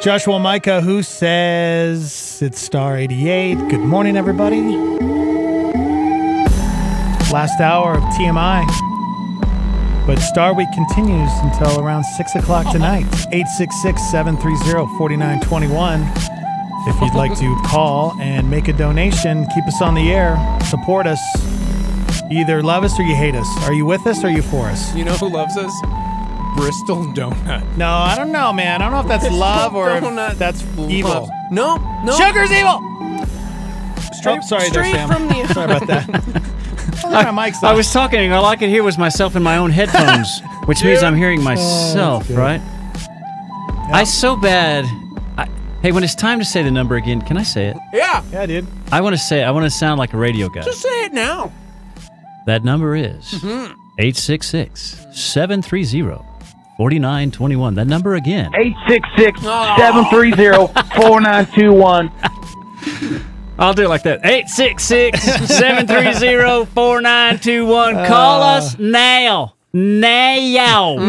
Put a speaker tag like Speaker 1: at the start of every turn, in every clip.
Speaker 1: Joshua Micah, who says it's Star 88. Good morning, everybody. Last hour of TMI. But Star Week continues until around 6 o'clock tonight. 866 730 4921. If you'd like to call and make a donation, keep us on the air, support us. You either love us or you hate us. Are you with us or are you for us?
Speaker 2: You know who loves us? Bristol Donut.
Speaker 1: No, I don't know, man. I don't know if that's love or if
Speaker 2: Donut
Speaker 1: that's evil.
Speaker 2: Loves- No, no.
Speaker 1: Sugar's evil.
Speaker 2: Straight,
Speaker 1: oh, sorry there,
Speaker 2: straight
Speaker 1: Sam.
Speaker 2: from the.
Speaker 1: Sorry about that. I, my mic's
Speaker 3: I
Speaker 1: off.
Speaker 3: was talking, and all I could hear was myself in my own headphones, which means I'm hearing myself, right? I so bad. I, hey, when it's time to say the number again, can I say it?
Speaker 2: Yeah,
Speaker 1: Yeah, dude.
Speaker 3: I want to say. I want to sound like a radio guy.
Speaker 2: just say it now.
Speaker 3: That number is 866 730 4921. That number again.
Speaker 4: 866 730 4921.
Speaker 3: I'll do it like that 866 730 4921. Call us now. Now.
Speaker 2: Mm-hmm.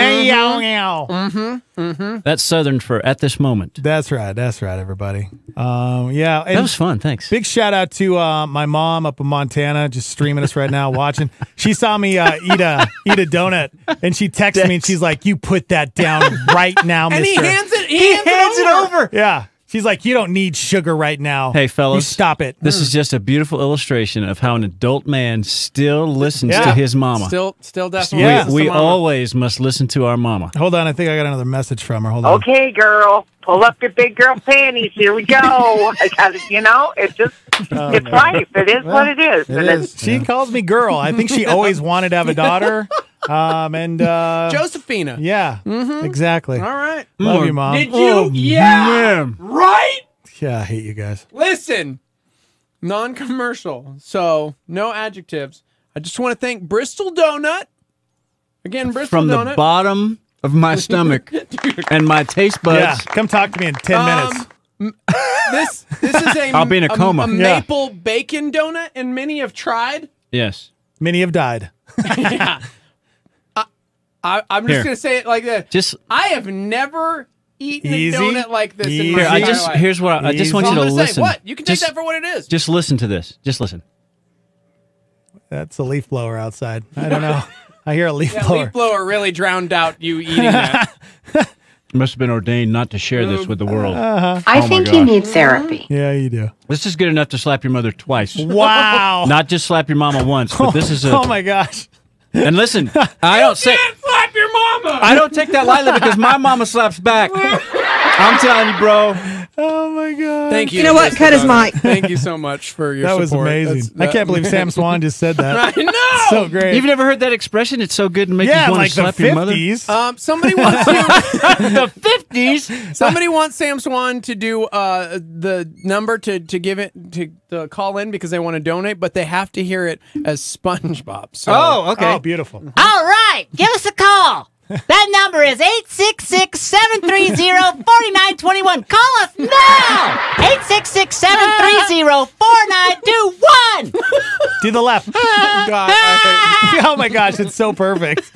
Speaker 1: Meow, meow.
Speaker 3: That's Southern for at this moment.
Speaker 1: That's right. That's right, everybody. Um, yeah.
Speaker 3: That
Speaker 1: And
Speaker 3: was fun. Thanks.
Speaker 1: big shout out to uh, my mom up in Montana, just streaming us right now, watching. She saw me uh, eat a eat a donut, and she texted me, and she's like, "You put that down right now,
Speaker 2: And
Speaker 1: Mister."
Speaker 2: he hands it. He, hands, it over.
Speaker 1: Yeah. She's like, "You don't need sugar right now.
Speaker 3: Hey,
Speaker 1: you
Speaker 3: fellas.
Speaker 1: stop it."
Speaker 3: This
Speaker 2: Hmm.
Speaker 3: is just a beautiful illustration of how an adult man still listens
Speaker 1: Yeah.
Speaker 3: to his mama.
Speaker 2: Still, still
Speaker 3: we
Speaker 2: definitely.
Speaker 1: Yeah.
Speaker 2: listens to
Speaker 3: we
Speaker 2: Mama.
Speaker 3: always must listen to our mama.
Speaker 2: Mm.
Speaker 1: Hold on, I think I got another message from her. Hold on.
Speaker 5: Okay, girl, pull up your big girl panties. Here we go. I got it. You know, it's just, it's life. It is what it is.
Speaker 1: It
Speaker 5: and
Speaker 1: is.
Speaker 5: it's
Speaker 1: She calls me girl. I think she always wanted to have a daughter. Um, and uh,
Speaker 2: Josephina.
Speaker 1: yeah, exactly.
Speaker 2: All right.
Speaker 1: Love you, mom.
Speaker 2: Did you?
Speaker 3: Oh,
Speaker 2: yeah. Right.
Speaker 1: Yeah, I hate you guys.
Speaker 2: Listen, non-commercial, so no adjectives. I just want to thank Bristol Donut. Again, Bristol
Speaker 3: From
Speaker 2: Donut.
Speaker 3: the bottom of my stomach and my taste
Speaker 1: Yeah,
Speaker 3: buds.
Speaker 1: come talk to me in ten
Speaker 2: Um,
Speaker 1: minutes.
Speaker 2: This this is a
Speaker 3: I'll be in a coma.
Speaker 2: A
Speaker 1: Yeah.
Speaker 2: maple bacon donut, and many have tried.
Speaker 3: Yes.
Speaker 1: Many have died.
Speaker 2: I, I'm just
Speaker 3: Here.
Speaker 2: gonna say it like that.
Speaker 3: Just
Speaker 2: I have never eaten
Speaker 1: Easy.
Speaker 2: a donut like this in my
Speaker 3: here. I
Speaker 2: entire
Speaker 3: just
Speaker 2: life.
Speaker 3: here's what I, I just
Speaker 1: Easy.
Speaker 3: want
Speaker 2: so I'm
Speaker 3: you to
Speaker 2: gonna
Speaker 3: listen.
Speaker 2: say what you can take
Speaker 3: just,
Speaker 2: that for what it is.
Speaker 3: Just listen to this. Just listen.
Speaker 1: That's a leaf blower outside. I don't know. I hear a leaf
Speaker 2: that
Speaker 1: blower.
Speaker 2: leaf blower really drowned out you eating that.
Speaker 3: Must have been ordained not to share this with the world.
Speaker 6: I
Speaker 2: Uh.
Speaker 3: my
Speaker 6: think
Speaker 3: God.
Speaker 6: you need therapy.
Speaker 1: yeah, you do.
Speaker 3: This is good enough to slap your mother twice.
Speaker 1: Wow.
Speaker 3: Not just slap your mama once, but this is a.
Speaker 1: oh my gosh.
Speaker 3: And listen, I don't say.
Speaker 2: Can't slap your mama.
Speaker 3: I don't take that lightly because my mama slaps back. I'm telling you, bro.
Speaker 1: Oh my god.
Speaker 2: Thank you.
Speaker 7: You know what?
Speaker 2: Bristol
Speaker 7: Cut his
Speaker 2: Donut.
Speaker 7: mic.
Speaker 2: Thank you so much for your
Speaker 1: That was
Speaker 2: support. That's-
Speaker 1: amazing. I
Speaker 2: that-
Speaker 1: can't believe Sam Swan just said that.
Speaker 2: I know.
Speaker 1: so great.
Speaker 3: You've never heard that expression? It's so good to make
Speaker 1: yeah,
Speaker 3: you want
Speaker 1: like
Speaker 3: to
Speaker 1: the
Speaker 3: slap your mother.
Speaker 1: fifties.
Speaker 2: Um, somebody wants you,
Speaker 3: the fifties.
Speaker 2: somebody wants Sam Swan to do uh, the number to to give it to, to call in because they want to donate, but they have to hear it as SpongeBob. So
Speaker 3: Oh, okay.
Speaker 1: Oh, beautiful.
Speaker 8: All right, give us a call. That number is 866 730 4921. Call us now! 866 730 4921.
Speaker 1: Do the left.
Speaker 2: God, I,
Speaker 1: oh my gosh, it's so perfect.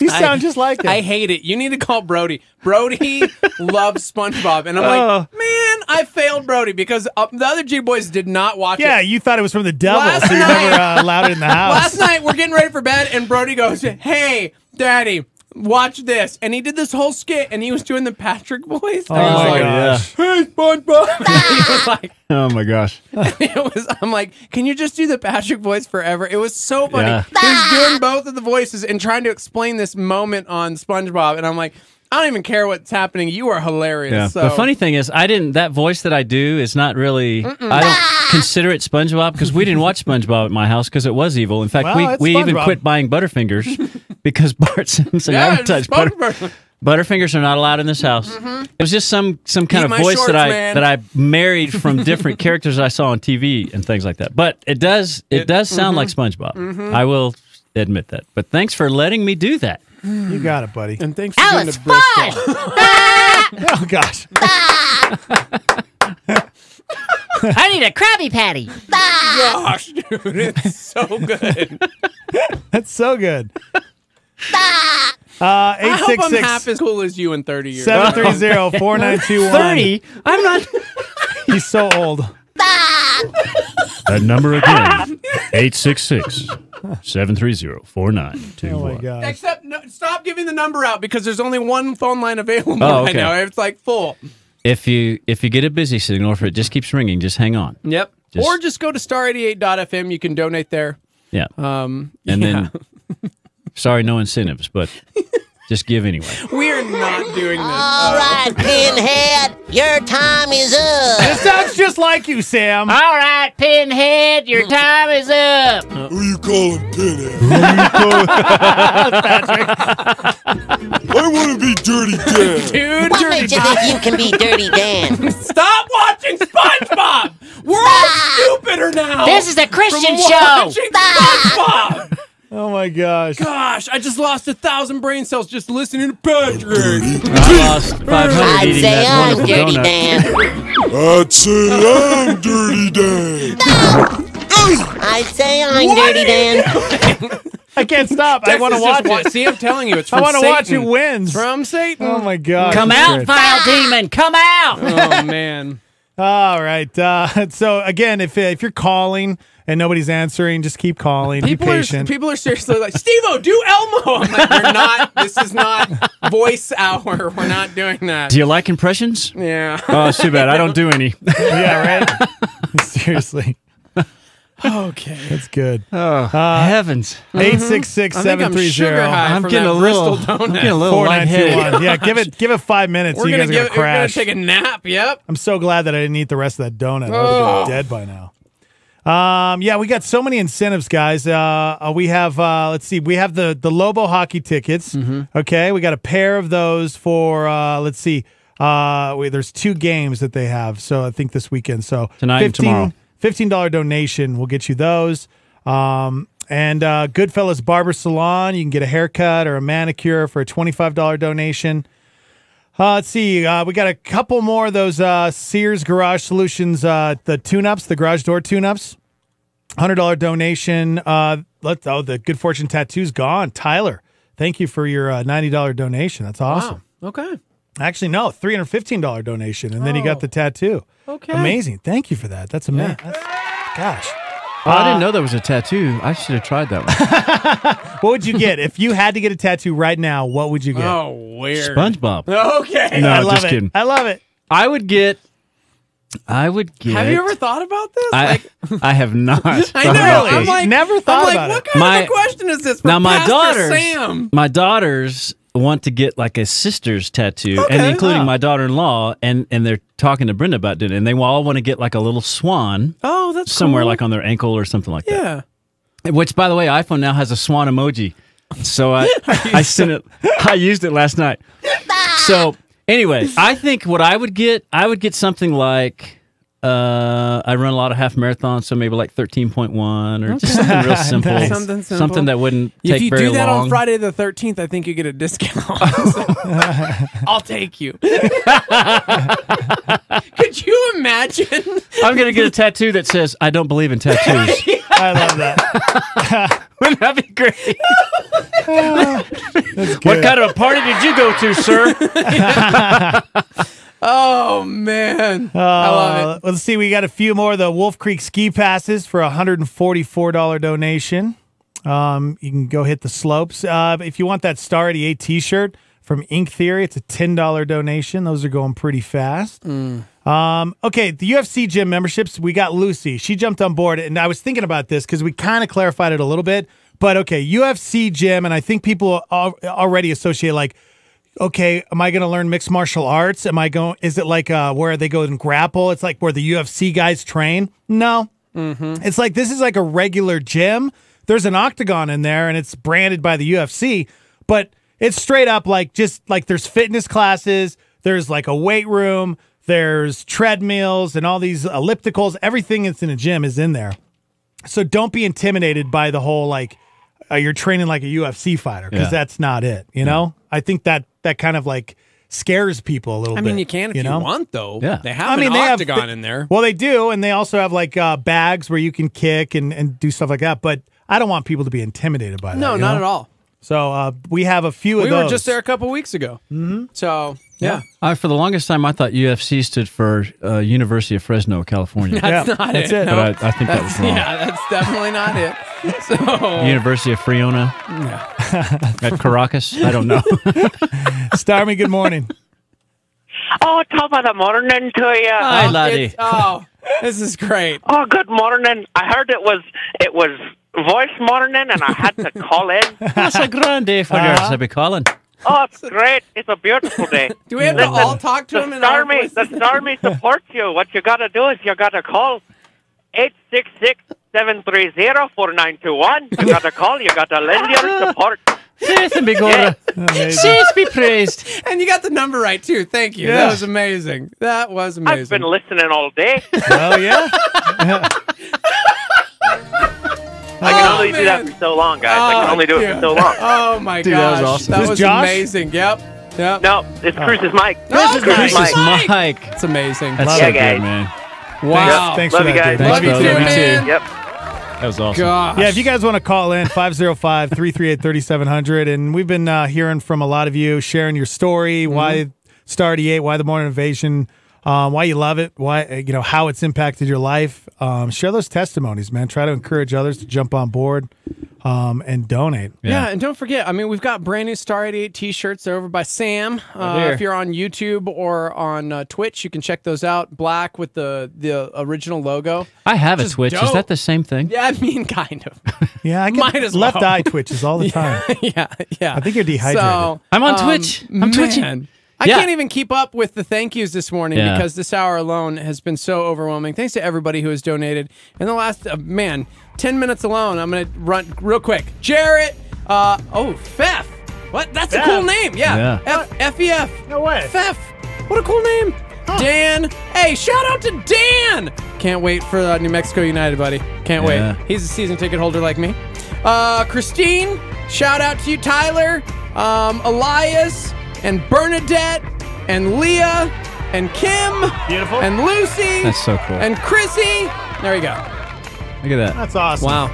Speaker 1: You sound just like it.
Speaker 2: I hate it. You need to call Brody. Brody loves SpongeBob, and I'm
Speaker 1: Oh.
Speaker 2: like, man, I failed Brody because uh, the other G boys did not watch
Speaker 1: yeah,
Speaker 2: it.
Speaker 1: you thought it was from the devil,
Speaker 2: Last
Speaker 1: so you never
Speaker 2: night-
Speaker 1: uh, allowed it in the house.
Speaker 2: Last night we're getting ready for bed, and Brody goes, "Hey, Daddy." Watch this, and he did this whole skit, and he was doing the Patrick voice.
Speaker 1: oh
Speaker 2: and I was
Speaker 1: my
Speaker 2: like,
Speaker 1: gosh.
Speaker 2: hey, SpongeBob. he was like,
Speaker 3: Oh my gosh.
Speaker 2: it was. I'm like, can you just do the Patrick voice forever? It was so funny.
Speaker 3: Yeah.
Speaker 2: He was doing both of the voices and trying to explain this moment on SpongeBob, and I'm like, I don't even care what's happening. You are hilarious.
Speaker 3: Yeah.
Speaker 2: So
Speaker 3: The funny thing is, I didn't. That voice that I do is not really. I
Speaker 1: Ah!
Speaker 3: don't consider it SpongeBob because we didn't watch SpongeBob at my house because it was evil. In fact,
Speaker 1: Well, it's
Speaker 3: we, we even
Speaker 1: SpongeBob.
Speaker 3: quit buying Butterfingers because Bart Simpson. I
Speaker 2: Yeah,
Speaker 3: don't touch Butter,
Speaker 2: SpongeBob.
Speaker 3: Butterfingers are not allowed in this house. It was just some some kind
Speaker 2: Mm-hmm. Eat
Speaker 3: of
Speaker 2: my
Speaker 3: voice
Speaker 2: shorts,
Speaker 3: that I
Speaker 2: man.
Speaker 3: that I married from different characters I saw on TV and things like that. But it does it, does sound like
Speaker 2: mm-hmm.
Speaker 3: SpongeBob. I will admit that. But thanks for letting me do that.
Speaker 1: You got it, buddy.
Speaker 2: And thanks for
Speaker 8: That
Speaker 2: doing
Speaker 8: was
Speaker 2: the Bristol.
Speaker 8: fun!
Speaker 1: Oh gosh.
Speaker 8: I need a Krabby Patty.
Speaker 2: Gosh, dude, it's so good.
Speaker 1: Uh, That's so good. Uh,
Speaker 2: I hope I'm
Speaker 1: 866
Speaker 2: half as cool as you in 30 years.
Speaker 1: 730 4921.
Speaker 3: 30? I'm not.
Speaker 1: He's so old.
Speaker 6: That number again 866 730
Speaker 1: Oh my
Speaker 6: 4921.
Speaker 1: gosh.
Speaker 2: Except, no, stop giving the number out because there's only one phone line available
Speaker 3: Oh,
Speaker 2: right
Speaker 3: okay.
Speaker 2: now. It's like full.
Speaker 3: If you if you get a busy signal, if it just keeps ringing, just hang on.
Speaker 2: Yep.
Speaker 3: Just-
Speaker 2: or just go to star88.fm. You can donate there.
Speaker 3: Yeah.
Speaker 2: Um,
Speaker 3: And
Speaker 2: yeah.
Speaker 3: then, sorry, no incentives, but just give anyway.
Speaker 2: we're not doing
Speaker 8: Oh.
Speaker 2: this.
Speaker 7: All right, Pinhead, your time is up.
Speaker 1: This sounds just like you, Sam.
Speaker 2: Ah.
Speaker 8: All right, Pinhead, your time is up.
Speaker 9: Who you calling pinhead? I want to be Dirty Dan.
Speaker 2: Dude,
Speaker 7: What
Speaker 2: dirty
Speaker 7: makes you
Speaker 2: Dan.
Speaker 7: think you can be Dirty Dan?
Speaker 2: Stop watching SpongeBob. We're all stupider now.
Speaker 8: This is a
Speaker 2: from
Speaker 8: Christian show.
Speaker 2: watching SpongeBob.
Speaker 1: Oh my gosh.
Speaker 2: Gosh, I just lost a thousand brain cells just listening to Patrick.
Speaker 3: I lost 500
Speaker 7: I'd
Speaker 3: eating
Speaker 7: say
Speaker 3: that
Speaker 7: I'm
Speaker 3: wonderful
Speaker 7: Dirty
Speaker 3: donut.
Speaker 7: Dan.
Speaker 9: I'd say I'm Dirty
Speaker 7: I'd
Speaker 9: Dan.
Speaker 7: say I'm Dirty Dan.
Speaker 1: I can't stop. I want to watch it.
Speaker 2: See, I'm telling you, it's from
Speaker 1: I want to watch who
Speaker 2: Satan.
Speaker 1: wins.
Speaker 2: From Satan.
Speaker 1: oh my gosh.
Speaker 3: Come
Speaker 1: that's
Speaker 3: out,
Speaker 1: great.
Speaker 3: vile demon! Come out!
Speaker 2: oh man.
Speaker 1: All right. Uh, so again, if if you're calling and nobody's answering, just keep calling.
Speaker 2: People
Speaker 1: Be
Speaker 2: are,
Speaker 1: patient.
Speaker 2: people are seriously like, Steve-O, do Elmo. I'm like, you're not, this is not voice hour. We're not doing that.
Speaker 3: Do you like impressions?
Speaker 2: Yeah.
Speaker 3: Oh, it's too bad. I don't do any.
Speaker 1: yeah, right. Seriously,
Speaker 2: Okay. Uh-huh.
Speaker 1: that's good.
Speaker 3: Uh, Heavens.
Speaker 1: Eight six six
Speaker 2: I think
Speaker 1: seven
Speaker 2: I'm
Speaker 1: three
Speaker 2: sugar
Speaker 1: zero
Speaker 2: high
Speaker 3: I'm
Speaker 2: from
Speaker 3: getting
Speaker 2: that
Speaker 3: a little-
Speaker 2: Bristol donut.
Speaker 3: I'm getting a little
Speaker 1: four nine two
Speaker 3: lightheaded.
Speaker 1: one. Yeah, give it give it five minutes.
Speaker 2: We're
Speaker 1: you
Speaker 2: gonna
Speaker 1: guys are
Speaker 2: give.
Speaker 1: gonna
Speaker 2: We're gonna
Speaker 1: crash.
Speaker 2: take a nap. Yep.
Speaker 1: I'm so glad that I didn't eat the rest of that donut. I would have
Speaker 2: Oh.
Speaker 1: been dead by now. Um, yeah, we got so many incentives, guys. Uh, uh, we have, uh, let's see, we have the the Lobo hockey tickets.
Speaker 3: Mm-hmm.
Speaker 1: Okay, we got a pair of those for, uh, let's see, uh, wait, there's two games that they have. So I think this weekend. So
Speaker 3: Tonight and tomorrow.
Speaker 1: fifteen dollar donation will get you those. Um, and uh, Goodfellas Barber Salon, you can get a haircut or a manicure for a twenty five dollar donation. Uh, let's see. Uh, we got a couple more of those uh, Sears Garage Solutions, uh, the tune ups, the garage door tune ups. $100 donation. Uh, let, oh, the Good Fortune tattoo's gone. Tyler, thank you for your uh, $90 donation. That's awesome.
Speaker 2: Okay.
Speaker 1: Actually, no, $315 donation. And then he got the tattoo.
Speaker 2: Oh. Okay.
Speaker 1: Amazing. Thank you for that. That's amazing. gosh.
Speaker 3: Oh, I didn't know there was a tattoo. I should have tried that one.
Speaker 1: What would you get? if you had to get a tattoo right now, what would you get?
Speaker 2: Oh, weird.
Speaker 3: SpongeBob.
Speaker 2: Okay.
Speaker 3: No,
Speaker 1: I love
Speaker 3: just
Speaker 1: it.
Speaker 3: kidding.
Speaker 1: I love it.
Speaker 3: I would get. I would get.
Speaker 2: Have you ever thought about this?
Speaker 3: I,
Speaker 2: like,
Speaker 3: I have not.
Speaker 2: I
Speaker 3: thought
Speaker 2: know.
Speaker 3: about
Speaker 2: I'm
Speaker 3: this.
Speaker 2: like,
Speaker 1: Never
Speaker 2: I'm
Speaker 1: thought
Speaker 2: like,
Speaker 1: about
Speaker 2: what
Speaker 1: it.
Speaker 2: kind
Speaker 3: My-
Speaker 2: of a question is this? For
Speaker 3: now my
Speaker 2: Pastor
Speaker 3: daughters,
Speaker 2: Sam.
Speaker 3: my daughters want to get like a sister's tattoo, and including my daughter-in-law, and and they're talking to Brenda about doing it, and they all want to get like a little swan
Speaker 2: Oh, that's
Speaker 3: somewhere
Speaker 2: cool.
Speaker 3: like on their ankle or something like
Speaker 2: yeah.
Speaker 3: that. Which, by the way, iPhone now has a swan emoji, so I I sent it. I used it last night. So anyway, I think what I would get, I would get something like. Uh, I run a lot of half marathons, so maybe like thirteen point one or just something real simple,
Speaker 1: Nice.
Speaker 2: Something simple.
Speaker 3: something that wouldn't take
Speaker 2: If you
Speaker 3: very
Speaker 2: do that
Speaker 3: long.
Speaker 2: on Friday the 13th, I think you get a discount. I'll take you. Could you imagine?
Speaker 3: I'm gonna get a tattoo that says "I don't believe in tattoos."
Speaker 1: I love that.
Speaker 3: Wouldn't that be great?
Speaker 1: good.
Speaker 3: what kind of a party did you go to, sir?
Speaker 2: Oh man, I love it.
Speaker 1: Uh, Let's see. We got a few more. The Wolf Creek ski passes for a hundred and forty-four dollar donation. Um, you can go hit the slopes. Uh, if you want that Star 88 T-shirt from Ink Theory, it's a ten dollar donation. Those are going pretty fast.
Speaker 2: Mm.
Speaker 1: Um, okay, the UFC gym memberships. We got Lucy. She jumped on board, and I was thinking about this because we kind of clarified it a little bit. But okay, UFC gym, and I think people al- already associate like okay, am I going to learn mixed martial arts? Am I going? Is it like uh, where they go and grapple? It's like where the UFC guys train. No,
Speaker 3: Mm-hmm.
Speaker 1: it's like this is like a regular gym. There's an octagon in there, and it's branded by the UFC, but it's straight up like just like there's fitness classes. There's like a weight room. There's treadmills and all these ellipticals. Everything that's in a gym is in there. So don't be intimidated by the whole like uh, you're training like a UFC fighter because
Speaker 3: Yeah.
Speaker 1: that's not it. You know, I think that that kind of like scares people a little
Speaker 2: I
Speaker 1: bit.
Speaker 2: mean, you can if you,
Speaker 1: know?
Speaker 2: want, though.
Speaker 3: Yeah.
Speaker 2: they have
Speaker 1: I mean,
Speaker 2: an
Speaker 1: they have
Speaker 2: octagon
Speaker 1: thi-
Speaker 2: in there.
Speaker 1: Well, they do, and they also have like uh, bags where you can kick and, and do stuff like that. But I don't want people to be intimidated by that.
Speaker 2: No,
Speaker 1: you
Speaker 2: not
Speaker 1: know?
Speaker 2: at all.
Speaker 1: So uh, we have a few of
Speaker 2: we
Speaker 1: those.
Speaker 2: were just there a couple weeks ago. Mm-hmm. So yeah,
Speaker 3: I, Uh, for the longest time, I thought UFC stood for uh, University of Fresno, California.
Speaker 1: Yeah,
Speaker 2: that's not
Speaker 1: that's
Speaker 2: it.
Speaker 1: it.
Speaker 2: No.
Speaker 3: But I, I think that was wrong.
Speaker 2: yeah, that's definitely not it. So
Speaker 3: University of Friona at Caracas. I don't know.
Speaker 1: Starmy, good morning.
Speaker 5: Oh, top of the morning to you.
Speaker 3: Hi,
Speaker 2: Oh,
Speaker 3: laddie.
Speaker 2: it's- Oh, this is great.
Speaker 5: Oh, good morning. I heard it was it was voice morning, and I had to call in.
Speaker 3: Casa Grande for yours, I be calling.
Speaker 5: Oh, it's great. It's a beautiful day.
Speaker 2: Do we have to all talk to him
Speaker 5: The
Speaker 2: in our
Speaker 5: Army,
Speaker 2: voices?
Speaker 5: the Army supports you. What you got to do is you got to call 866-730-4921. You got to call. You got to lend your support.
Speaker 3: Sis be good.
Speaker 1: Amazing.
Speaker 3: Sis be praised.
Speaker 2: And you got the number right too. Thank you.
Speaker 1: Yeah.
Speaker 2: That was amazing. That was amazing. Oh,
Speaker 5: I've been listening all day.
Speaker 1: well, yeah.
Speaker 5: I can only do that
Speaker 2: Oh, man.
Speaker 5: for so long, guys. I can
Speaker 2: Oh,
Speaker 5: only do it
Speaker 2: dude.
Speaker 5: for so long.
Speaker 2: Oh my
Speaker 3: Dude, that
Speaker 2: gosh,
Speaker 3: was awesome.
Speaker 2: that
Speaker 1: This
Speaker 2: was
Speaker 1: Josh?
Speaker 2: amazing. Yep, yep.
Speaker 5: No, it's Cruise's mic.
Speaker 2: No, it's
Speaker 5: Cruise's
Speaker 2: Cruise's
Speaker 5: mic.
Speaker 3: This is
Speaker 2: Mike.
Speaker 3: Mike.
Speaker 2: It's amazing.
Speaker 3: That's
Speaker 5: Love
Speaker 3: so
Speaker 5: it, guys.
Speaker 3: good, man.
Speaker 2: wow.
Speaker 1: Thanks
Speaker 5: Love
Speaker 1: for
Speaker 5: you
Speaker 1: that, dude.
Speaker 5: guys.
Speaker 3: Thanks,
Speaker 2: Oh, Love you
Speaker 3: brother.
Speaker 2: too,
Speaker 3: Love you
Speaker 2: man.
Speaker 5: Yep.
Speaker 3: That was awesome.
Speaker 2: Gosh.
Speaker 1: Yeah, if you guys want to call in, 505 338 3700. And we've been uh, hearing from a lot of you sharing your story,
Speaker 2: Mm-hmm.
Speaker 1: why Star 88, why the Morning Invasion, um, why you love it, why, uh, you know, how it's impacted your life. Um, share those testimonies, man. Try to encourage others to jump on board um, and donate.
Speaker 2: Yeah.
Speaker 3: Yeah.
Speaker 2: and don't forget, I mean, we've got brand new Star 88 t shirts. They're over by Sam. Uh,
Speaker 3: here.
Speaker 2: if you're on YouTube or on uh, Twitch, you can check those out. Black with the, the original logo.
Speaker 3: I have a
Speaker 2: Just
Speaker 3: Twitch. Is
Speaker 2: dope.
Speaker 3: that the same thing?
Speaker 2: Yeah, I mean, kind of.
Speaker 1: Yeah, I get
Speaker 2: Might as
Speaker 1: left
Speaker 2: well.
Speaker 1: eye twitches all the time.
Speaker 2: yeah, yeah.
Speaker 1: I think you're dehydrated.
Speaker 2: So, um,
Speaker 3: I'm on Twitch. I'm
Speaker 2: man,
Speaker 3: twitching.
Speaker 2: I
Speaker 3: Yeah.
Speaker 2: can't even keep up with the thank yous this morning
Speaker 3: Yeah.
Speaker 2: because this hour alone has been so overwhelming. Thanks to everybody who has donated in the last uh, man ten minutes alone. I'm gonna run real quick. Jarrett. Uh, oh, Fef. What? That's a cool name. Yeah.
Speaker 3: Yeah.
Speaker 2: F F E F.
Speaker 1: No way.
Speaker 2: Fef. What a cool name. Dan. Hey, shout out to Dan. Can't wait for uh, New Mexico United, buddy. Can't wait.
Speaker 3: Yeah.
Speaker 2: He's a season ticket holder like me. Uh, Christine, shout out to you, Tyler, um, Elias, and Bernadette, and Leah, and Kim,
Speaker 1: Beautiful.
Speaker 2: and Lucy,
Speaker 3: That's so cool.
Speaker 2: and Chrissy. There you go.
Speaker 3: Look at that.
Speaker 1: That's awesome.
Speaker 2: Wow,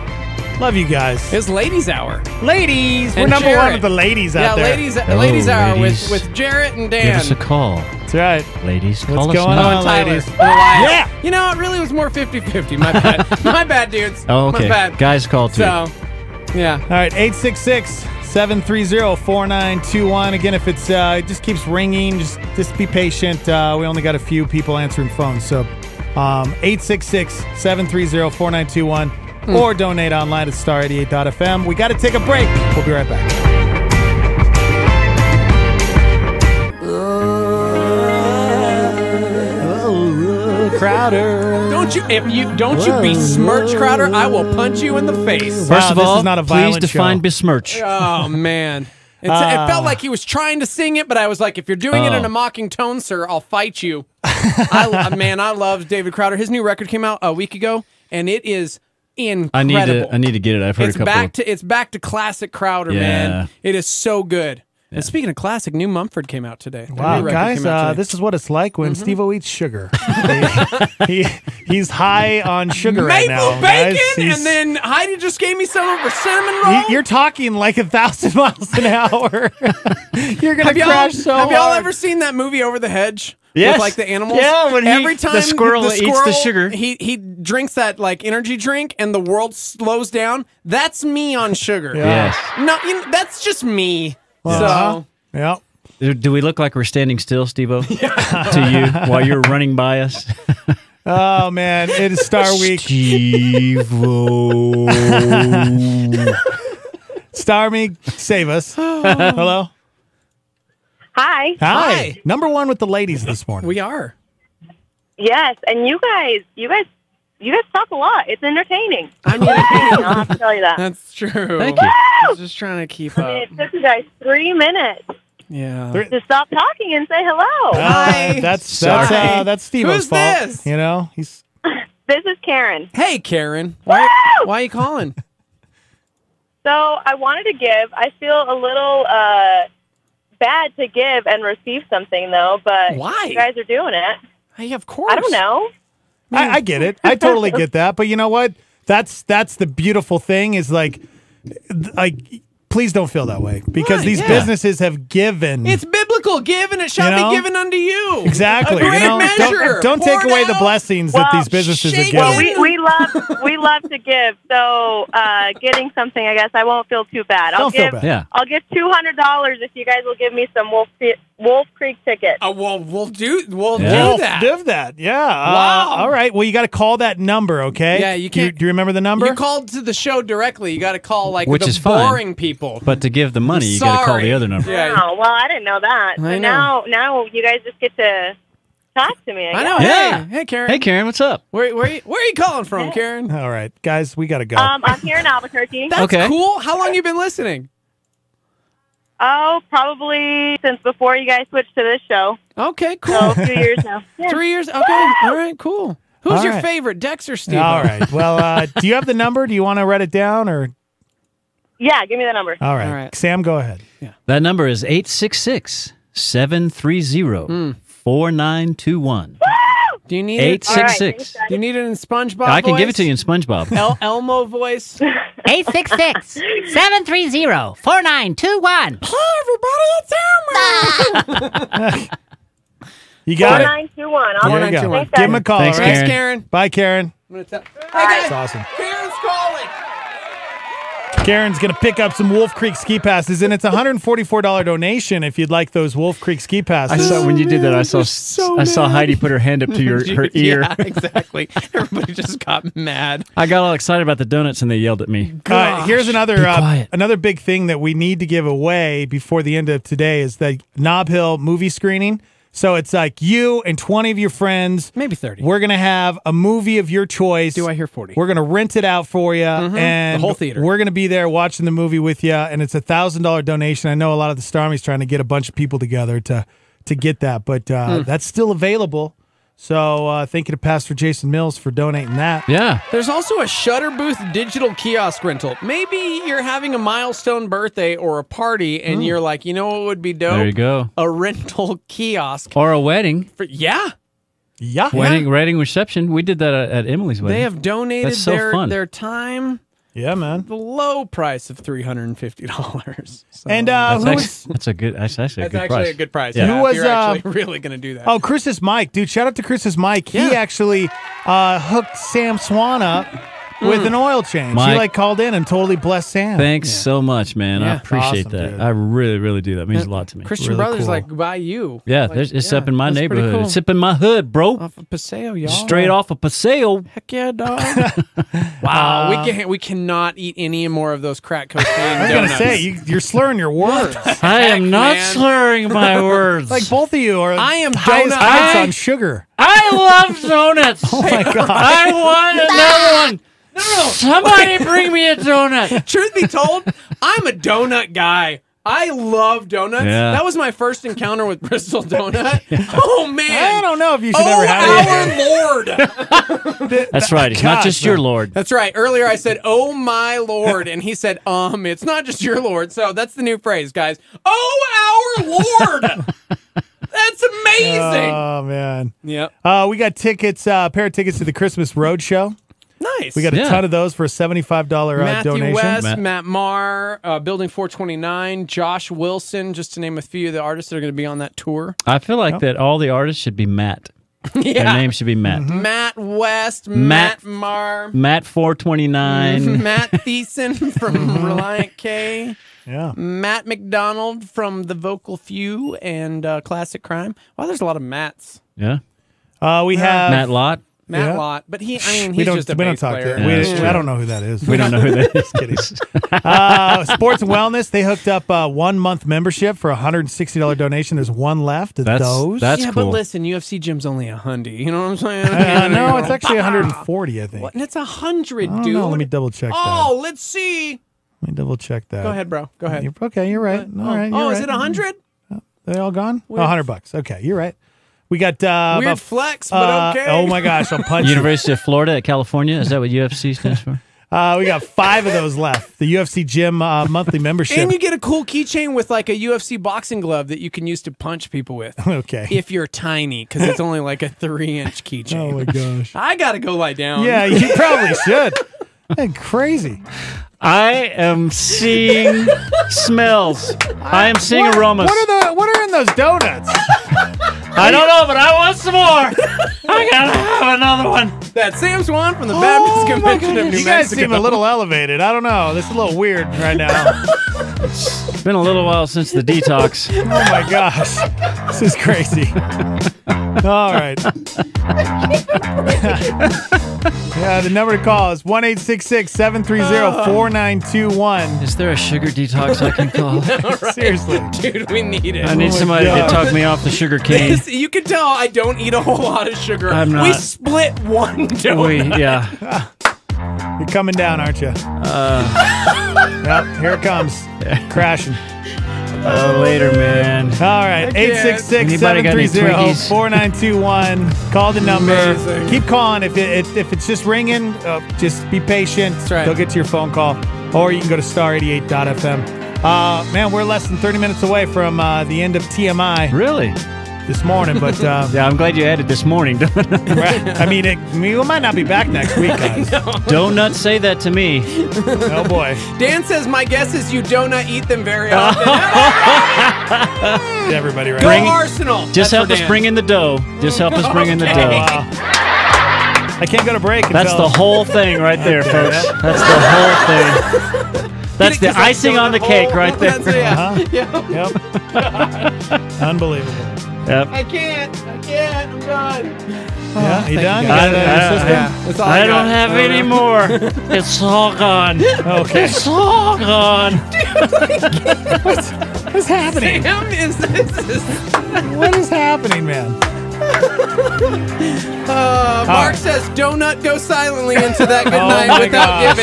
Speaker 1: Love you guys.
Speaker 2: it's ladies' hour.
Speaker 1: Ladies, we're
Speaker 2: and
Speaker 1: number one
Speaker 2: Jared.
Speaker 1: with the ladies out
Speaker 2: yeah,
Speaker 1: there.
Speaker 2: ladies, uh, ladies' hour
Speaker 3: ladies.
Speaker 2: with with Jarrett and
Speaker 3: Give
Speaker 2: Dan.
Speaker 3: us a call,
Speaker 1: That's right.
Speaker 3: ladies. Call
Speaker 1: What's
Speaker 3: us
Speaker 1: going
Speaker 3: now.
Speaker 1: on,
Speaker 2: Tyler.
Speaker 1: ladies?
Speaker 2: And Elias.
Speaker 1: Yeah.
Speaker 2: You know, it really was more 50-50. My bad. My bad, dudes.
Speaker 3: Oh,
Speaker 2: My
Speaker 3: okay.
Speaker 2: bad.
Speaker 3: Guys, call too.
Speaker 2: So, yeah.
Speaker 1: All right, 866 730 4921. Again, if it's uh, it just keeps ringing, just just be patient. Uh, we only got a few people answering phones. So 866 730 4921 or donate online at star88.fm. We got to take a break. We'll be right back. Crowder.
Speaker 2: Don't you if you don't you besmirch Crowder, I will punch you in the face.
Speaker 1: Wow,
Speaker 3: First of
Speaker 1: uh, this
Speaker 3: all,
Speaker 1: is not a
Speaker 3: please
Speaker 1: violent
Speaker 3: define
Speaker 1: show.
Speaker 3: besmirch.
Speaker 2: Oh man. It's, it felt like he was trying to sing it, but I was like, if you're doing it in
Speaker 3: Oh.
Speaker 2: a mocking tone, sir, I'll fight you. I, man, I love David Crowder. His new record came out a week ago, and it is incredible.
Speaker 3: I need to. I need to get it. I've heard
Speaker 2: it's
Speaker 3: a couple.
Speaker 2: back to it's back to classic Crowder, man. It is so good. And speaking of classic, New Mumford came out today. Their
Speaker 1: Wow,
Speaker 2: new record
Speaker 1: guys,
Speaker 2: came out
Speaker 1: uh,
Speaker 2: today.
Speaker 1: this is what it's like
Speaker 2: Mm-hmm.
Speaker 1: when Steve-O eats sugar. he, he- he's high on sugar right
Speaker 2: maple
Speaker 1: now, guys.
Speaker 2: bacon,
Speaker 1: He's-
Speaker 2: and then oh. Heidi just gave me some of her cinnamon roll.
Speaker 1: y- you're talking like a thousand miles an hour. you're gonna
Speaker 2: Have y'all,
Speaker 1: crash so
Speaker 2: have y'all
Speaker 1: hard.
Speaker 2: ever seen that movie Over the Hedge?
Speaker 3: Yes.
Speaker 2: With like the animals.
Speaker 3: Yeah, when he-
Speaker 2: every
Speaker 3: the
Speaker 2: time
Speaker 3: squirrel
Speaker 2: the
Speaker 3: eats the
Speaker 2: squirrel,
Speaker 3: sugar.
Speaker 2: he he drinks that like energy drink, and the world slows down. That's me on sugar.
Speaker 3: Yes.
Speaker 2: No, you know, that's just me.
Speaker 1: Uh-huh.
Speaker 2: So
Speaker 1: Yep.
Speaker 3: Do- Do we look like we're standing still, Stevo? to you while you're running by us,
Speaker 1: Oh man, it is Star Week.
Speaker 3: Stevo.
Speaker 1: Star me, save us. Hello.
Speaker 10: Hi.
Speaker 1: Hi.
Speaker 2: Hi.
Speaker 1: Number one with the ladies this morning.
Speaker 2: we are.
Speaker 10: Yes, and you guys, you guys, you guys talk a lot. It's entertaining.
Speaker 2: I mean,
Speaker 10: I'll have to tell you that.
Speaker 2: that's true.
Speaker 3: Thank you.
Speaker 2: I was just trying to keep up.
Speaker 10: It took you guys three minutes
Speaker 2: Yeah.
Speaker 1: Three-
Speaker 10: to stop talking and say hello.
Speaker 1: Uh,
Speaker 2: Hi.
Speaker 1: that's
Speaker 3: Sorry.
Speaker 1: that's uh, that's Steve-O's
Speaker 2: Who's
Speaker 1: fault.
Speaker 2: this?
Speaker 1: You know he's
Speaker 10: this is Karen.
Speaker 2: Hey, Karen. Why? Why are you calling?
Speaker 10: So I wanted to give. I feel a little uh, bad to give and receive something though, but
Speaker 2: Why?
Speaker 10: you guys are doing it.
Speaker 2: Hey, of course.
Speaker 10: I don't know.
Speaker 1: I, I get it. I totally get that. But you know what? That's that's the beautiful thing is like, th- like please don't feel that way because
Speaker 2: Right,
Speaker 1: these
Speaker 2: yeah.
Speaker 1: businesses have given.
Speaker 2: It's biblical. Give and it shall
Speaker 1: You know?
Speaker 2: be given unto you.
Speaker 1: exactly.
Speaker 2: A great
Speaker 1: you know,
Speaker 2: measure.
Speaker 1: don't, don't
Speaker 2: Poured
Speaker 1: take away the
Speaker 2: out.
Speaker 1: blessings that these businesses have given.
Speaker 10: Well, we, we love we love to give. So uh, getting something, I guess I won't feel too bad. I'll
Speaker 1: Don't feel
Speaker 10: give,
Speaker 1: bad. Yeah.
Speaker 10: I'll give two hundred dollars if you guys will give me some Wolf Cre- Wolf Creek tickets.
Speaker 2: Uh, well, we'll do.
Speaker 1: We'll
Speaker 2: We'll do that.
Speaker 1: Give that. Yeah. Uh,
Speaker 2: Wow.
Speaker 1: all right. Well, you got to call that number, okay?
Speaker 2: Yeah, you
Speaker 1: Do
Speaker 2: can't-
Speaker 1: do you remember the number?
Speaker 2: You called to the show directly. You got to call like
Speaker 3: Which
Speaker 2: the
Speaker 3: is fine.
Speaker 2: boring people.
Speaker 3: But to give the money, you got to call
Speaker 2: Sorry.
Speaker 3: the other number.
Speaker 2: Yeah.
Speaker 10: Wow. Well, I didn't know that.
Speaker 3: I
Speaker 10: So
Speaker 3: know.
Speaker 10: now now you guys just get to talk to me.
Speaker 2: I
Speaker 10: I, guess.
Speaker 2: know.
Speaker 3: Yeah.
Speaker 2: Hey, hey, Karen.
Speaker 3: Hey, Karen, what's up?
Speaker 2: Where, where, you- where are you calling from, Karen?
Speaker 1: All right, guys, we got to go.
Speaker 10: Um, I'm here in Albuquerque.
Speaker 2: That's
Speaker 3: Okay.
Speaker 2: cool. How long you been listening?
Speaker 10: Oh, probably since before you guys switched to this show.
Speaker 2: Okay, cool.
Speaker 10: So a few years now. Yeah.
Speaker 2: Three years. Okay. All right. Cool. Who's
Speaker 1: All
Speaker 2: your
Speaker 1: right.
Speaker 2: favorite, Dex or Steve?
Speaker 1: all right. Well, uh, do you have the number? Do you want to write it down or?
Speaker 10: Yeah, give me the number.
Speaker 1: All right.
Speaker 2: All right.
Speaker 1: Sam, go ahead.
Speaker 3: That number is 866 730
Speaker 2: Hmm.
Speaker 3: 4921.
Speaker 2: Do you need it?
Speaker 10: All right,
Speaker 3: 866.
Speaker 10: thanks,
Speaker 2: Do you need it in SpongeBob?
Speaker 3: I can give it to
Speaker 2: voice?
Speaker 3: you in SpongeBob.
Speaker 2: El- Elmo voice.
Speaker 8: 866 730 4921.
Speaker 2: Hi, everybody. It's Elmo.
Speaker 1: You
Speaker 10: Four
Speaker 1: got it.
Speaker 10: nine two one. I'll
Speaker 1: There you
Speaker 10: Thanks,
Speaker 1: go.
Speaker 10: guys.
Speaker 1: Give him a call.
Speaker 3: Thanks,
Speaker 1: all right?
Speaker 2: Thanks, Karen.
Speaker 1: Bye, Karen.
Speaker 2: I'm gonna tell. Hey,
Speaker 1: That's
Speaker 2: guys.
Speaker 1: awesome.
Speaker 2: Karen's calling.
Speaker 1: Karen's going to pick up some Wolf Creek ski passes, and it's a $144 donation if you'd like those Wolf Creek ski passes.
Speaker 3: I saw when you did that. I saw
Speaker 2: so
Speaker 3: I saw
Speaker 2: mad.
Speaker 3: Heidi put her hand up to your her ear.
Speaker 2: Yeah, exactly. Everybody just got mad.
Speaker 3: I got all excited about the donuts and they yelled at me.
Speaker 1: Uh, here's another
Speaker 3: Be
Speaker 1: uh,
Speaker 3: quiet.
Speaker 1: another big thing that we need to give away before the end of today is the Knob Hill movie screening. So it's like you and 20 of your friends.
Speaker 2: Maybe 30.
Speaker 1: We're gonna have a movie of your choice.
Speaker 2: Do I hear 40?
Speaker 1: We're gonna rent it out for you, and
Speaker 2: The whole theater.
Speaker 1: We're gonna be there watching the movie with you, and it's a thousand dollar donation. I know a lot of the Star Army's trying to get a bunch of people together to to get that, but uh, that's still available. So uh, thank you to Pastor Jason Mills for donating that.
Speaker 3: Yeah.
Speaker 2: There's also a Shutter Booth digital kiosk rental. Maybe you're having a milestone birthday or a party, and you're like, you know what would be dope?
Speaker 3: Hmm. There you go.
Speaker 2: A rental kiosk.
Speaker 3: Or a wedding.
Speaker 2: For, yeah,
Speaker 1: Yeah,
Speaker 3: Wedding wedding reception. We did that at, at Emily's wedding.
Speaker 2: they have donated
Speaker 3: That's so
Speaker 2: their
Speaker 3: fun.
Speaker 2: their time.
Speaker 1: yeah, man.
Speaker 2: The low price of three hundred and fifty dollars.
Speaker 1: And uh,
Speaker 3: that's,
Speaker 1: who
Speaker 3: act-
Speaker 1: was
Speaker 3: that's a good that's actually a
Speaker 2: that's
Speaker 3: good
Speaker 2: actually
Speaker 3: price.
Speaker 2: a good price.
Speaker 3: Yeah.
Speaker 2: Yeah.
Speaker 1: Who
Speaker 2: if
Speaker 1: was,
Speaker 2: you're actually
Speaker 1: uh,
Speaker 2: really gonna do that?
Speaker 1: Oh, Chris's Mike, dude! Shout out to Chris's Mike. He
Speaker 2: Yeah.
Speaker 1: actually uh, hooked Sam Swan up with an oil change. He
Speaker 3: Mike.
Speaker 1: like called in and totally blessed Sam.
Speaker 3: Thanks so much, man. I
Speaker 2: Yeah.
Speaker 3: appreciate
Speaker 1: Awesome,
Speaker 3: that.
Speaker 1: dude.
Speaker 3: I really, really do. That means a lot to me.
Speaker 2: Christian
Speaker 1: really
Speaker 2: Brothers
Speaker 1: cool.
Speaker 2: like by you.
Speaker 3: yeah,
Speaker 2: Like,
Speaker 3: there's, it's
Speaker 2: yeah,
Speaker 3: up in my
Speaker 2: that's pretty
Speaker 3: neighborhood.
Speaker 2: cool.
Speaker 3: It's up in my hood, bro.
Speaker 2: off of Paseo, y'all.
Speaker 3: Straight off of Paseo.
Speaker 2: Heck yeah, dog. wow, Uh, we can we cannot eat any more of those crack cocaine.
Speaker 1: Uh, I was gonna say you, you're slurring your words.
Speaker 3: I am not
Speaker 2: man.
Speaker 3: slurring my words.
Speaker 1: like both of you are.
Speaker 2: I am
Speaker 1: highest
Speaker 2: donut-
Speaker 1: heights
Speaker 2: I-
Speaker 1: on sugar.
Speaker 3: I love donuts. Oh my god! I want another one. Somebody bring me a donut.
Speaker 2: Truth be told, I'm a donut guy. I love donuts.
Speaker 3: Yeah.
Speaker 2: That was my first encounter with Bristol Donut. Oh man.
Speaker 1: I don't know if you should
Speaker 2: Oh,
Speaker 1: ever have it.
Speaker 2: our Lord.
Speaker 3: That's right. It's not
Speaker 1: Gosh,
Speaker 3: just your
Speaker 1: man.
Speaker 3: Lord.
Speaker 2: That's right. Earlier I said, "Oh my Lord," and he said, "Um, it's not just your Lord." So that's the new phrase, guys. Oh, our Lord. that's amazing.
Speaker 1: Oh man.
Speaker 2: yep.
Speaker 1: Uh, we got tickets, uh, a pair of tickets to the Christmas Road Show.
Speaker 2: Nice.
Speaker 1: We got a
Speaker 3: Yeah.
Speaker 1: ton of those for a seventy-five dollar uh,
Speaker 2: Matthew
Speaker 1: donation.
Speaker 2: West,
Speaker 3: Matt-
Speaker 2: Matt, Marr, uh, Building 429, Josh Wilson, just to name a few of the artists that are going to be on that tour.
Speaker 3: I feel like that all the artists should be Matt. Their name should be
Speaker 2: Mm-hmm. Matt
Speaker 3: Matt.
Speaker 2: West, Matt,
Speaker 3: Matt-
Speaker 2: Marr,
Speaker 3: Matt four twenty nine.
Speaker 2: Matt Thiessen from Reliant K,
Speaker 1: Yeah.
Speaker 2: Matt McDonald from The Vocal Few and uh, Classic Crime. Wow, there's a lot of Matts.
Speaker 3: Yeah.
Speaker 1: Uh, we have
Speaker 3: Matt Lott.
Speaker 2: Matt
Speaker 1: Yeah.
Speaker 2: Lott, but he, I mean, he's
Speaker 1: we don't
Speaker 2: just a
Speaker 1: we don't
Speaker 2: bass
Speaker 1: talk
Speaker 2: player.
Speaker 1: to. we-
Speaker 3: Yeah, that's
Speaker 1: I don't know who that is.
Speaker 3: We don't know who that is.
Speaker 1: kidding. Uh, Sports and Wellness, they hooked up uh, one month membership for a $160 donation. There's one left of
Speaker 3: That's
Speaker 1: those.
Speaker 3: that's
Speaker 2: yeah,
Speaker 3: cool.
Speaker 2: but listen, UFC Gym's only a hundy. You know what I'm saying?
Speaker 1: uh, no, it's actually 140, I think.
Speaker 2: What? And it's a hundred,
Speaker 1: I don't
Speaker 2: dude.
Speaker 1: know. Let me double check
Speaker 2: oh, let's see.
Speaker 1: that. Let me double check that.
Speaker 2: Go ahead, bro. Go ahead.
Speaker 1: You're, okay, you're right. All right.
Speaker 2: oh,
Speaker 1: you're
Speaker 2: is
Speaker 1: right.
Speaker 2: it a hundred?
Speaker 1: They all gone? Oh,
Speaker 2: Weird.
Speaker 1: 100 bucks. Okay, you're right. We got uh,
Speaker 2: Weird
Speaker 1: about,
Speaker 2: flex, but
Speaker 1: uh,
Speaker 2: okay.
Speaker 1: Oh my gosh, I'll punch you.
Speaker 3: University of Florida at California. Is that what UFC stands for?
Speaker 1: Uh, we got five of those left. The UFC gym uh, monthly membership.
Speaker 2: And you get a cool keychain with like a UFC boxing glove that you can use to punch people with
Speaker 1: okay.
Speaker 2: if you're tiny, because it's only like a three inch
Speaker 1: oh
Speaker 2: keychain.
Speaker 1: my gosh.
Speaker 2: I gotta go lie down.
Speaker 1: Yeah, you probably should. And crazy.
Speaker 3: I am seeing smells. I am seeing
Speaker 1: What-
Speaker 3: aromas.
Speaker 1: What are the what are in those donuts?
Speaker 3: I don't know, but I want some more. I gotta have another one.
Speaker 2: That Sam Swan from the Baptist
Speaker 1: Oh, my
Speaker 2: Convention of
Speaker 1: goodness.
Speaker 2: New
Speaker 1: you guys
Speaker 2: Mexico.
Speaker 1: seem a little elevated. I don't know. This is a little weird right now. oh
Speaker 3: It's been a little while since the detox.
Speaker 1: my gosh, this is crazy. All right. yeah, the number to call is one 730 4921
Speaker 3: Is there a sugar detox I can call?
Speaker 1: Seriously.
Speaker 2: Dude, we need it.
Speaker 3: I need
Speaker 1: my
Speaker 3: somebody to
Speaker 1: God.
Speaker 3: talk me off the sugar cane.
Speaker 2: This- you can tell I don't eat a whole lot of sugar.
Speaker 3: I'm
Speaker 2: We
Speaker 3: not.
Speaker 2: split one
Speaker 3: We,
Speaker 2: donut.
Speaker 3: Oh, yeah.
Speaker 1: You're coming down, aren't you? yep, here it comes. Crashing.
Speaker 3: Uh, later, man.
Speaker 1: All right,
Speaker 3: Anybody got any
Speaker 1: 866-730-4921. Call the number.
Speaker 2: Amazing.
Speaker 1: Keep calling. If, it, if it's just ringing, uh, just be patient.
Speaker 2: right.
Speaker 1: They'll get to your phone call. Or you can go to star88.fm. Uh, man, we're less than 30 minutes away from uh, the end of TMI
Speaker 3: Really?
Speaker 1: this morning, but uh,
Speaker 3: Yeah, I'm glad you added this morning.
Speaker 1: I mean, it, we might not be back next week, guys.
Speaker 3: Don't not say that to me.
Speaker 1: Oh, boy.
Speaker 2: Dan says my guess is you do not eat them very
Speaker 3: Uh,
Speaker 2: often.
Speaker 1: Everybody right
Speaker 2: Go
Speaker 1: now.
Speaker 2: Arsenal.
Speaker 3: Just
Speaker 2: That's
Speaker 3: help
Speaker 2: for
Speaker 3: us
Speaker 2: Dan.
Speaker 3: bring in the dough. Just help us bring in the
Speaker 2: Okay.
Speaker 3: dough.
Speaker 1: Wow. I can't go to break.
Speaker 3: That's
Speaker 1: until-
Speaker 3: the whole thing right there, folks. That's the whole thing. That's the
Speaker 2: 'Cause I
Speaker 3: icing
Speaker 2: don't
Speaker 3: on the
Speaker 2: know.
Speaker 3: cake right there.
Speaker 2: That's- yeah.
Speaker 1: Huh?
Speaker 2: Yeah.
Speaker 1: Yep. Unbelievable.
Speaker 3: Yep.
Speaker 2: I can't. I can't. I'm done.
Speaker 1: Yeah, you done? You
Speaker 3: I,
Speaker 1: got it out of your
Speaker 3: I-
Speaker 1: system?
Speaker 3: I-
Speaker 2: That's all
Speaker 3: I
Speaker 2: I got.
Speaker 3: don't have
Speaker 2: I don't
Speaker 3: any more. It's all gone.
Speaker 1: Okay.
Speaker 3: It's all gone.
Speaker 1: What's happening?
Speaker 2: Sam is this is.
Speaker 1: What is happening, man?
Speaker 2: Uh, Mark
Speaker 1: right.
Speaker 2: says donut go silently into that good
Speaker 1: Oh
Speaker 2: night
Speaker 1: my
Speaker 2: without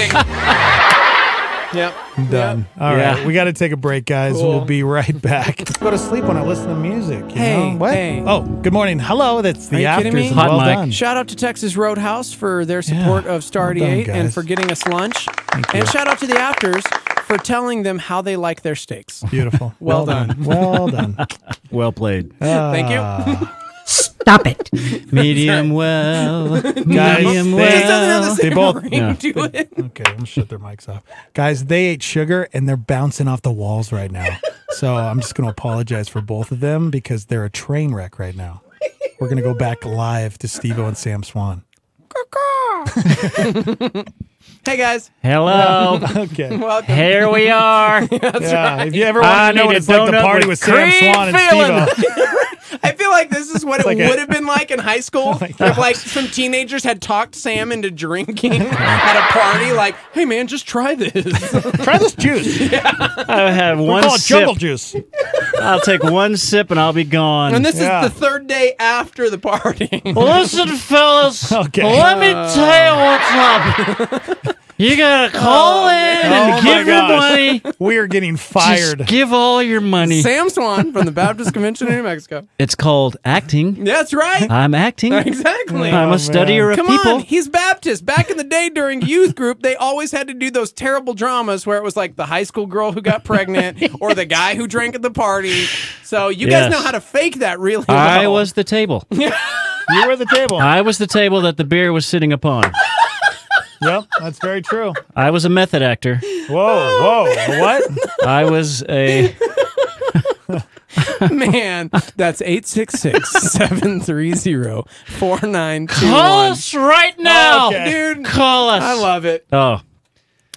Speaker 1: gosh.
Speaker 2: giving. yep.
Speaker 1: Done. All right,
Speaker 3: Yeah.
Speaker 1: we got to take a break, guys.
Speaker 2: Cool.
Speaker 1: We'll be right back. Go to sleep when I listen to music. you
Speaker 2: Hey,
Speaker 1: know? what?
Speaker 2: hey.
Speaker 1: Oh, good morning. Hello, that's
Speaker 2: Are
Speaker 1: the
Speaker 2: you kidding
Speaker 1: afters.
Speaker 2: me?
Speaker 1: and
Speaker 3: Hot
Speaker 1: well
Speaker 3: mic.
Speaker 1: done.
Speaker 2: Shout out to Texas Roadhouse for their support
Speaker 1: Yeah.
Speaker 2: of Star
Speaker 1: Well done,
Speaker 2: 88 and
Speaker 1: guys.
Speaker 2: for getting us lunch. and shout out to the Afters for telling them how they like their steaks.
Speaker 1: Beautiful.
Speaker 2: Well done.
Speaker 1: Well done.
Speaker 3: Well played.
Speaker 1: Uh,
Speaker 2: Thank you.
Speaker 8: Stop it.
Speaker 3: Medium well.
Speaker 1: Guys,
Speaker 3: Medium
Speaker 1: they-
Speaker 2: It just doesn't have
Speaker 3: well.
Speaker 2: the
Speaker 1: They
Speaker 2: same
Speaker 1: both-
Speaker 2: ring
Speaker 3: Yeah.
Speaker 2: to it.
Speaker 1: Okay, I'm gonna shut their mics off. Guys, they ate sugar and they're bouncing off the walls right now. So I'm just gonna apologize for both of them because they're a train wreck right now. We're gonna go back live to Steve O and Sam Swan.
Speaker 2: Hey guys.
Speaker 3: Hello.
Speaker 1: Okay.
Speaker 2: Welcome.
Speaker 3: Here we are.
Speaker 1: yeah. If you ever
Speaker 3: I
Speaker 1: want to know
Speaker 3: need
Speaker 1: what
Speaker 3: Ah, a
Speaker 1: it's like to
Speaker 3: donut
Speaker 1: party
Speaker 3: with
Speaker 1: with Sam
Speaker 3: cream
Speaker 1: Swan and
Speaker 3: filling.
Speaker 1: Steve
Speaker 2: I feel like this is what it
Speaker 1: like a-
Speaker 2: would have been like in high school if like some teenagers had talked Sam into drinking at a party. Like, hey man, just try this.
Speaker 1: Try this juice.
Speaker 3: I have
Speaker 1: We
Speaker 3: one
Speaker 1: call it
Speaker 3: sip.
Speaker 1: jungle juice.
Speaker 3: I'll take one sip and I'll be gone.
Speaker 2: And this
Speaker 1: Yeah.
Speaker 2: is the third day after the party.
Speaker 3: Listen, fellas.
Speaker 1: Okay.
Speaker 3: Let me tell you what's up. You gotta call in and
Speaker 1: Oh my
Speaker 3: give your
Speaker 1: gosh.
Speaker 3: money.
Speaker 1: We are getting
Speaker 3: Just
Speaker 1: fired.
Speaker 3: give all your money.
Speaker 2: Sam Swan from the Baptist Convention in New Mexico.
Speaker 3: It's called acting.
Speaker 2: That's right.
Speaker 3: I'm acting.
Speaker 2: Exactly.
Speaker 3: I'm
Speaker 1: Oh,
Speaker 3: a studier of
Speaker 2: Come
Speaker 3: Uh, people.
Speaker 2: on, he's Baptist. Back in the day during youth group, they always had to do those terrible dramas where it was like the high school girl who got pregnant or the guy who drank at the party. So you guys
Speaker 3: Yes.
Speaker 2: know how to fake that really well.
Speaker 3: I was the table.
Speaker 1: you were the table.
Speaker 3: I was the table that the beer was sitting upon.
Speaker 1: yep, that's very true.
Speaker 3: I was a method actor.
Speaker 1: Whoa, whoa, what?
Speaker 3: I was a.
Speaker 2: Man, that's 866 730
Speaker 3: Call
Speaker 2: 4921.
Speaker 3: us right now!
Speaker 1: Okay.
Speaker 2: Dude,
Speaker 3: Call us!
Speaker 2: I love it.
Speaker 3: Oh.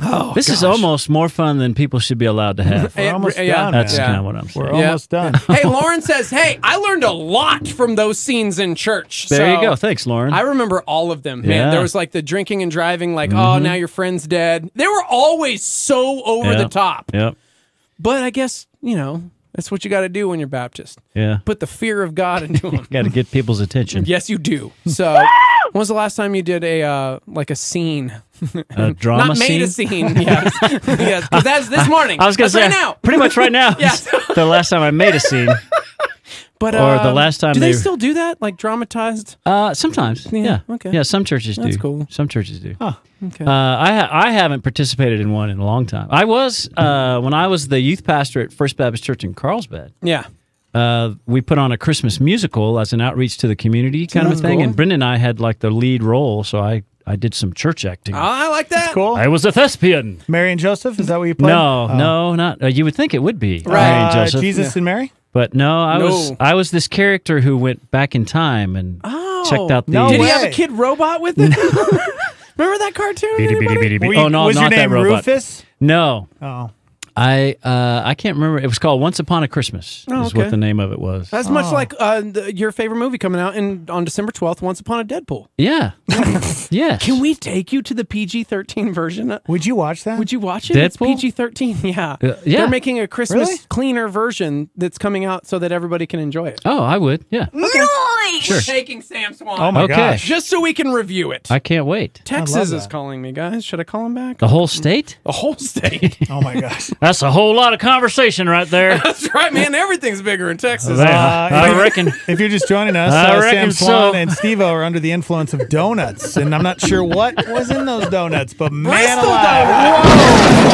Speaker 3: Oh, this is almost more fun than people should be allowed to have.
Speaker 2: It-
Speaker 1: almost
Speaker 2: yeah.
Speaker 1: done,
Speaker 3: That's
Speaker 2: Yeah.
Speaker 3: kind of what I'm saying.
Speaker 1: We're
Speaker 2: Yeah.
Speaker 1: almost done.
Speaker 2: hey, Lauren says, "Hey, I learned a lot from those scenes in church."
Speaker 3: There
Speaker 2: So,
Speaker 3: you go. Thanks, Lauren.
Speaker 2: I remember all of them, man.
Speaker 3: Yeah. Mm-hmm.
Speaker 2: There was like the drinking and driving, like, oh, now your friend's dead. They were always so over
Speaker 3: Yeah.
Speaker 2: the top.
Speaker 3: yep.
Speaker 2: But I guess, you know, that's what you got to do when you're Baptist.
Speaker 3: Yeah.
Speaker 2: Put the fear of God into them.
Speaker 3: Got to get people's attention.
Speaker 2: yes, you do. So, when was the last time you did a, uh, like a scene?
Speaker 3: A Uh, drama
Speaker 2: Not made
Speaker 3: scene.
Speaker 2: a scene. Yes. yes. 'Cause that's this morning.
Speaker 3: I was gonna
Speaker 2: That's
Speaker 3: say
Speaker 2: right now.
Speaker 3: pretty much right now.
Speaker 2: Yeah.
Speaker 3: is the last time I made a scene.
Speaker 2: But,
Speaker 3: or the
Speaker 2: um,
Speaker 3: last time
Speaker 2: Do they
Speaker 3: they-
Speaker 2: still do that? Like dramatized?
Speaker 3: Uh, sometimes. Yeah.
Speaker 2: okay.
Speaker 3: Yeah. Some churches do.
Speaker 2: That's cool. Ah,
Speaker 3: Some churches do.
Speaker 2: Okay.
Speaker 3: Uh, I ha- I haven't participated in one in a long time. I was uh, when I was the youth pastor at First Baptist Church in Carlsbad.
Speaker 2: yeah.
Speaker 3: Uh, we put on a Christmas musical as an outreach to the community kind of a
Speaker 2: Sounds
Speaker 3: thing,
Speaker 2: cool.
Speaker 3: and Brendan and I had like the lead role, so I I did some church acting.
Speaker 2: I like that.
Speaker 1: cool.
Speaker 3: I was a thespian.
Speaker 1: Mary and Joseph, is that what you played?
Speaker 3: No,
Speaker 1: Oh.
Speaker 3: no, not. Uh, you would think it would be
Speaker 1: Right.
Speaker 3: Mary and
Speaker 1: Uh,
Speaker 3: Joseph.
Speaker 1: Jesus and Mary?
Speaker 3: But no, I was
Speaker 2: No.
Speaker 3: I was this character who went back in time and
Speaker 1: Oh.
Speaker 3: checked out the.
Speaker 2: Oh. Did he have a kid robot with it? Remember that cartoon?
Speaker 3: Bitty, bitty, bitty, bitty.
Speaker 1: Were
Speaker 3: Oh
Speaker 1: you-
Speaker 3: no,
Speaker 1: was your
Speaker 3: not that
Speaker 1: name
Speaker 3: robot.
Speaker 1: Rufus?
Speaker 3: No,
Speaker 1: Oh,
Speaker 3: I uh, I can't remember. It was called Once Upon a Christmas.
Speaker 2: Oh,
Speaker 3: is
Speaker 2: okay.
Speaker 3: what the name of it was.
Speaker 2: That's much like uh, the, your favorite movie coming out in, on December 12th, Once Upon a Deadpool.
Speaker 3: yeah, yeah.
Speaker 2: Can we take you to the PG 13 version?
Speaker 1: would you watch that?
Speaker 2: Would you watch it? It's
Speaker 3: Deadpool?
Speaker 2: PG 13. Yeah.
Speaker 3: Uh, yeah.
Speaker 2: They're making a Christmas
Speaker 1: Really?
Speaker 2: cleaner version that's coming out so that everybody can enjoy it.
Speaker 3: Oh, I would. Yeah. Sure.
Speaker 2: Taking Sam Swan.
Speaker 1: oh my
Speaker 3: Okay.
Speaker 1: gosh.
Speaker 2: Just so we can review it.
Speaker 3: I can't wait.
Speaker 2: Texas is
Speaker 1: that.
Speaker 2: calling me, guys. Should I call him back?
Speaker 3: The whole state?
Speaker 2: The whole state.
Speaker 1: Oh my gosh.
Speaker 3: That's a whole lot of conversation right there.
Speaker 2: That's right, man. Everything's bigger in Texas.
Speaker 1: Uh,
Speaker 3: I reckon.
Speaker 1: If you're just joining us,
Speaker 3: I
Speaker 1: uh, Sam
Speaker 3: reckon
Speaker 1: Swan
Speaker 3: so.
Speaker 1: and Steve are under the influence of donuts, and I'm not sure what was in those donuts, but man
Speaker 2: Bristol
Speaker 1: alive.
Speaker 2: donuut.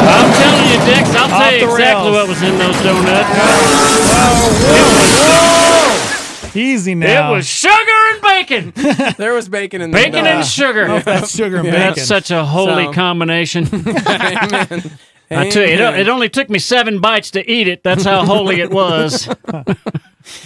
Speaker 3: I'm telling you, Dex, I'll
Speaker 1: Off
Speaker 3: tell you
Speaker 1: the
Speaker 3: exactly
Speaker 1: rails.
Speaker 3: what was in those donuts.
Speaker 1: Easy now.
Speaker 3: It was sugar and bacon.
Speaker 2: There was bacon in there.
Speaker 3: Bacon and sugar.
Speaker 1: That's sugar and bacon.
Speaker 3: That's such a holy
Speaker 2: So-
Speaker 3: combination. I tell you, it, it only took me seven bites to eat it. That's how holy it was.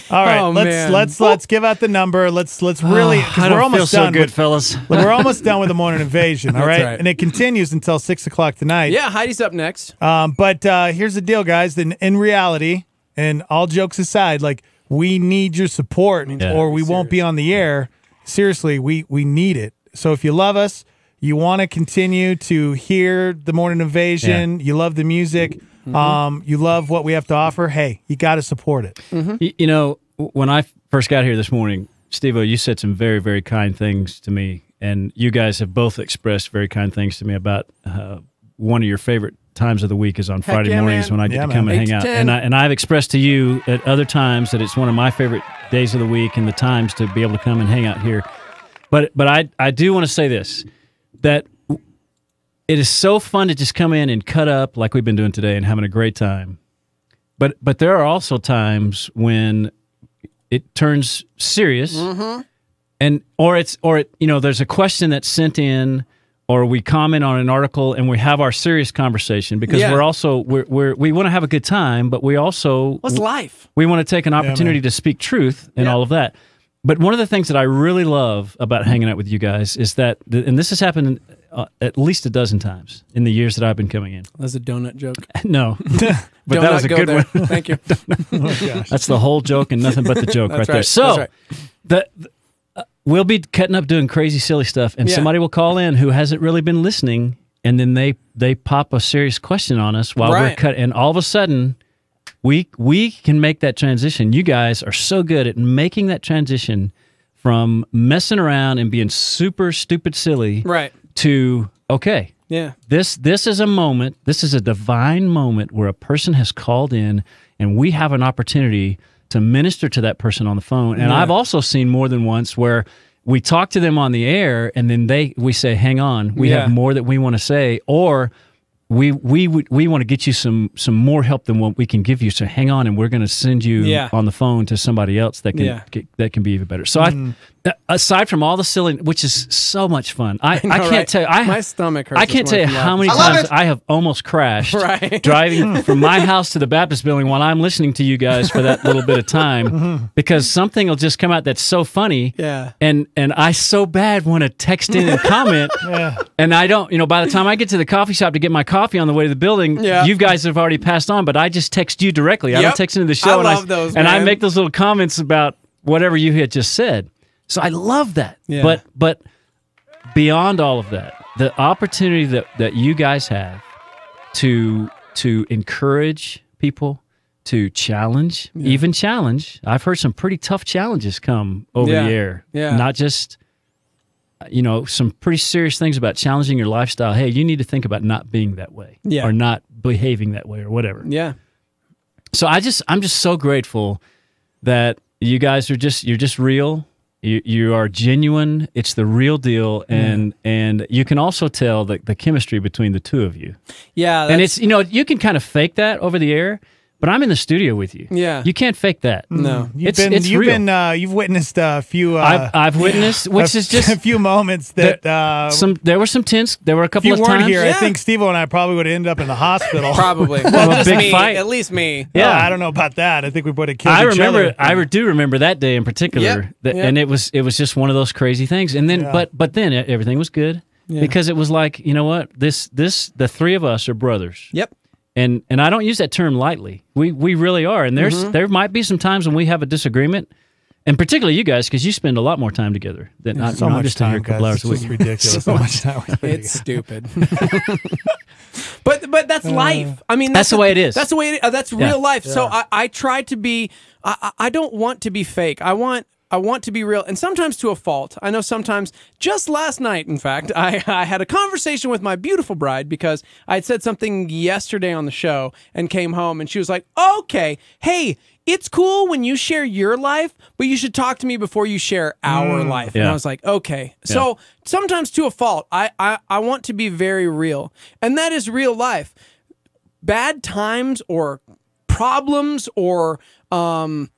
Speaker 1: All right,
Speaker 2: Oh,
Speaker 1: let's
Speaker 2: man.
Speaker 1: let's let's give out the number. Let's let's really. 'cause
Speaker 3: I
Speaker 1: we're
Speaker 3: don't
Speaker 1: almost
Speaker 3: feel so
Speaker 1: done
Speaker 3: good,
Speaker 1: with-
Speaker 3: fellas.
Speaker 1: we're almost done with the morning invasion. All
Speaker 2: That's
Speaker 1: right?
Speaker 2: right.
Speaker 1: and it continues until six o'clock tonight.
Speaker 2: Yeah, Heidi's up next.
Speaker 1: Um, but uh, here's the deal, guys. In, in reality, and all jokes aside, like we need your support, or we won't be on the air. Seriously, we we need it. So if you love us, you want to continue to hear the Morning Invasion. You love the music.
Speaker 3: Mm-hmm.
Speaker 1: Um, you love what we have to offer. Hey, you got to support it.
Speaker 2: Mm-hmm.
Speaker 3: Y- You know, w- when I first got here this morning, Steve you said some very, very kind things to me. And you guys have both expressed very kind things to me about uh, one of your favorite times of the week is on Friday
Speaker 2: yeah,
Speaker 3: mornings
Speaker 2: man.
Speaker 3: when I get
Speaker 1: Yeah,
Speaker 3: to come
Speaker 2: man.
Speaker 3: and hang
Speaker 2: Eight
Speaker 3: out.
Speaker 2: to 10.
Speaker 3: And, I, and I've expressed to you at other times that it's one of my favorite days of the week and the times to be able to come and hang out here. But, but I, I do want to say this that it is so fun to just come in and cut up like we've been doing today and having a great time. But but there are also times when it turns serious,
Speaker 2: Mm-hmm.
Speaker 3: and or it's or it you know there's a question that's sent in, or we comment on an article and we have our serious conversation because
Speaker 2: Yeah.
Speaker 3: we're also we're, we're we want to have a good time, but we also
Speaker 2: What's life?
Speaker 3: we want to take an opportunity to speak truth and all of that. But one of the things that I really love about hanging out with you guys is that, th- and this has happened uh, at least a dozen times in the years that I've been coming in.
Speaker 2: That's a donut joke.
Speaker 3: No, but
Speaker 2: donut
Speaker 3: that was a
Speaker 2: go
Speaker 3: good
Speaker 2: there.
Speaker 3: one.
Speaker 2: Thank you.
Speaker 3: That's the whole joke and nothing but the joke right,
Speaker 2: That's
Speaker 3: there.
Speaker 2: right.
Speaker 3: So,
Speaker 2: That's
Speaker 3: the, the- uh, we'll be cutting up doing crazy, silly stuff, and
Speaker 2: Yeah.
Speaker 3: somebody will call in who hasn't really been listening, and then they they pop a serious question on us while we're
Speaker 2: Right.
Speaker 3: cut, and all of a sudden. We, we can make that transition. You guys are so good at making that transition from messing around and being super stupid silly
Speaker 2: Right.
Speaker 3: to okay,
Speaker 2: Yeah.
Speaker 3: this this is a moment this is a divine moment where a person has called in and we have an opportunity to minister to that person on the phone and i've also seen more than once where we talk to them on the air and then they we say hang on we
Speaker 2: Yeah.
Speaker 3: have more that we want to say or we we would- we want to get you some some more help than what we can give you so hang on and we're going to send you
Speaker 2: Yeah.
Speaker 3: on the phone to somebody else that can
Speaker 2: Yeah. Mm.
Speaker 3: get, that can be even better so i aside from all the silly which is so much fun i,
Speaker 2: know,
Speaker 3: I, can't
Speaker 2: right?
Speaker 3: tell you, I
Speaker 2: My stomach hurts
Speaker 3: i
Speaker 2: this
Speaker 3: can't tell you
Speaker 2: morning from
Speaker 3: how many
Speaker 2: laughing.
Speaker 3: times I have almost crashed
Speaker 2: Right.
Speaker 3: driving from my house to the Baptist building while I'm listening to you guys for that little bit of time because something will just come out that's so funny.
Speaker 2: Mm-hmm. Yeah.
Speaker 3: And and I so bad want to text in and comment.
Speaker 1: Yeah.
Speaker 3: And I don't, you know, by the time I get to the coffee shop to get my coffee on the way to the building,
Speaker 2: Yeah.
Speaker 3: you guys have already passed on, but I just text you directly. I
Speaker 2: Yep.
Speaker 3: don't text into the show.
Speaker 2: I
Speaker 3: and
Speaker 2: love those,
Speaker 3: And I
Speaker 2: man.
Speaker 3: make those little comments about whatever you had just said. So I love that.
Speaker 2: Yeah.
Speaker 3: But but beyond all of that, the opportunity that, that you guys have to to encourage people to challenge, even challenge. I've heard some pretty tough challenges come over
Speaker 2: Yeah.
Speaker 3: the air.
Speaker 2: Yeah.
Speaker 3: Not just uh, you know, some pretty serious things about challenging your lifestyle. Hey, you need to think about not being that way
Speaker 2: Yeah.
Speaker 3: or not behaving that way or whatever.
Speaker 2: Yeah.
Speaker 3: So I just I'm just so grateful that you guys are just you're just real. You you are genuine. It's the real deal, and and you can also tell the, the chemistry between the two of you.
Speaker 2: Yeah.
Speaker 3: and
Speaker 2: that's-
Speaker 3: it's you know you can kind of fake that over the air, But I'm in the studio with you.
Speaker 2: Yeah.
Speaker 3: You can't fake that.
Speaker 1: No. Mm. You've
Speaker 3: it's,
Speaker 1: been
Speaker 3: it's
Speaker 1: you've
Speaker 3: real.
Speaker 1: been uh, you've witnessed a few uh,
Speaker 3: I've- I've witnessed, which
Speaker 1: a-
Speaker 3: is just-
Speaker 1: a few moments that
Speaker 3: There-
Speaker 1: uh,
Speaker 3: some there were some tense. There were a
Speaker 1: if
Speaker 3: couple
Speaker 1: you
Speaker 3: of
Speaker 1: weren't
Speaker 3: times.
Speaker 1: here, I think Steve and I probably would have ended up in the hospital.
Speaker 2: Probably.
Speaker 3: Well,
Speaker 2: well,
Speaker 3: a
Speaker 2: just
Speaker 3: big
Speaker 2: me.
Speaker 3: fight.
Speaker 2: At least me.
Speaker 1: Yeah,
Speaker 3: Yeah.
Speaker 1: uh, I don't know about that. I think we would have killed
Speaker 3: I
Speaker 1: each
Speaker 3: remember.
Speaker 1: other.
Speaker 3: I do remember that day in particular,
Speaker 2: Yep,
Speaker 3: that-
Speaker 2: yep.
Speaker 3: and it was it was just one of those crazy things. And then,
Speaker 1: Yeah.
Speaker 3: but but then e- everything was good
Speaker 2: Yeah.
Speaker 3: because it was like you know what this this the three of us are brothers,
Speaker 2: Yep.
Speaker 3: and and I don't use that term lightly. We we really are, and
Speaker 1: Mm-hmm.
Speaker 3: there's there might be some times when we have a disagreement, and particularly you guys because you spend a lot more time together than
Speaker 1: so
Speaker 3: I, you know, I'm
Speaker 1: much
Speaker 3: just in
Speaker 1: time,
Speaker 3: here a couple
Speaker 1: guys.
Speaker 3: hours
Speaker 1: It's
Speaker 3: a
Speaker 1: just
Speaker 3: week.
Speaker 1: ridiculous.
Speaker 3: So
Speaker 1: how much time we spend
Speaker 2: It's stupid. but but
Speaker 3: Uh,
Speaker 2: that's life. I mean,
Speaker 3: That's the way it is.
Speaker 2: That's the way it, uh, that's
Speaker 3: Yeah.
Speaker 2: real life. So I I try to be I I- I don't want to be fake. I want I want to be real and sometimes to a fault. I know sometimes just last night in fact, I I had a conversation with my beautiful bride because I had said something yesterday on the show and came home and she was like, "Okay, hey, it's cool when you share your life, but you should talk to me before you share our life." And I
Speaker 3: Mm, Yeah.
Speaker 2: was like, "Okay." So sometimes to a fault, I, I I want to be very real, and that is real life. Bad times or problems or um,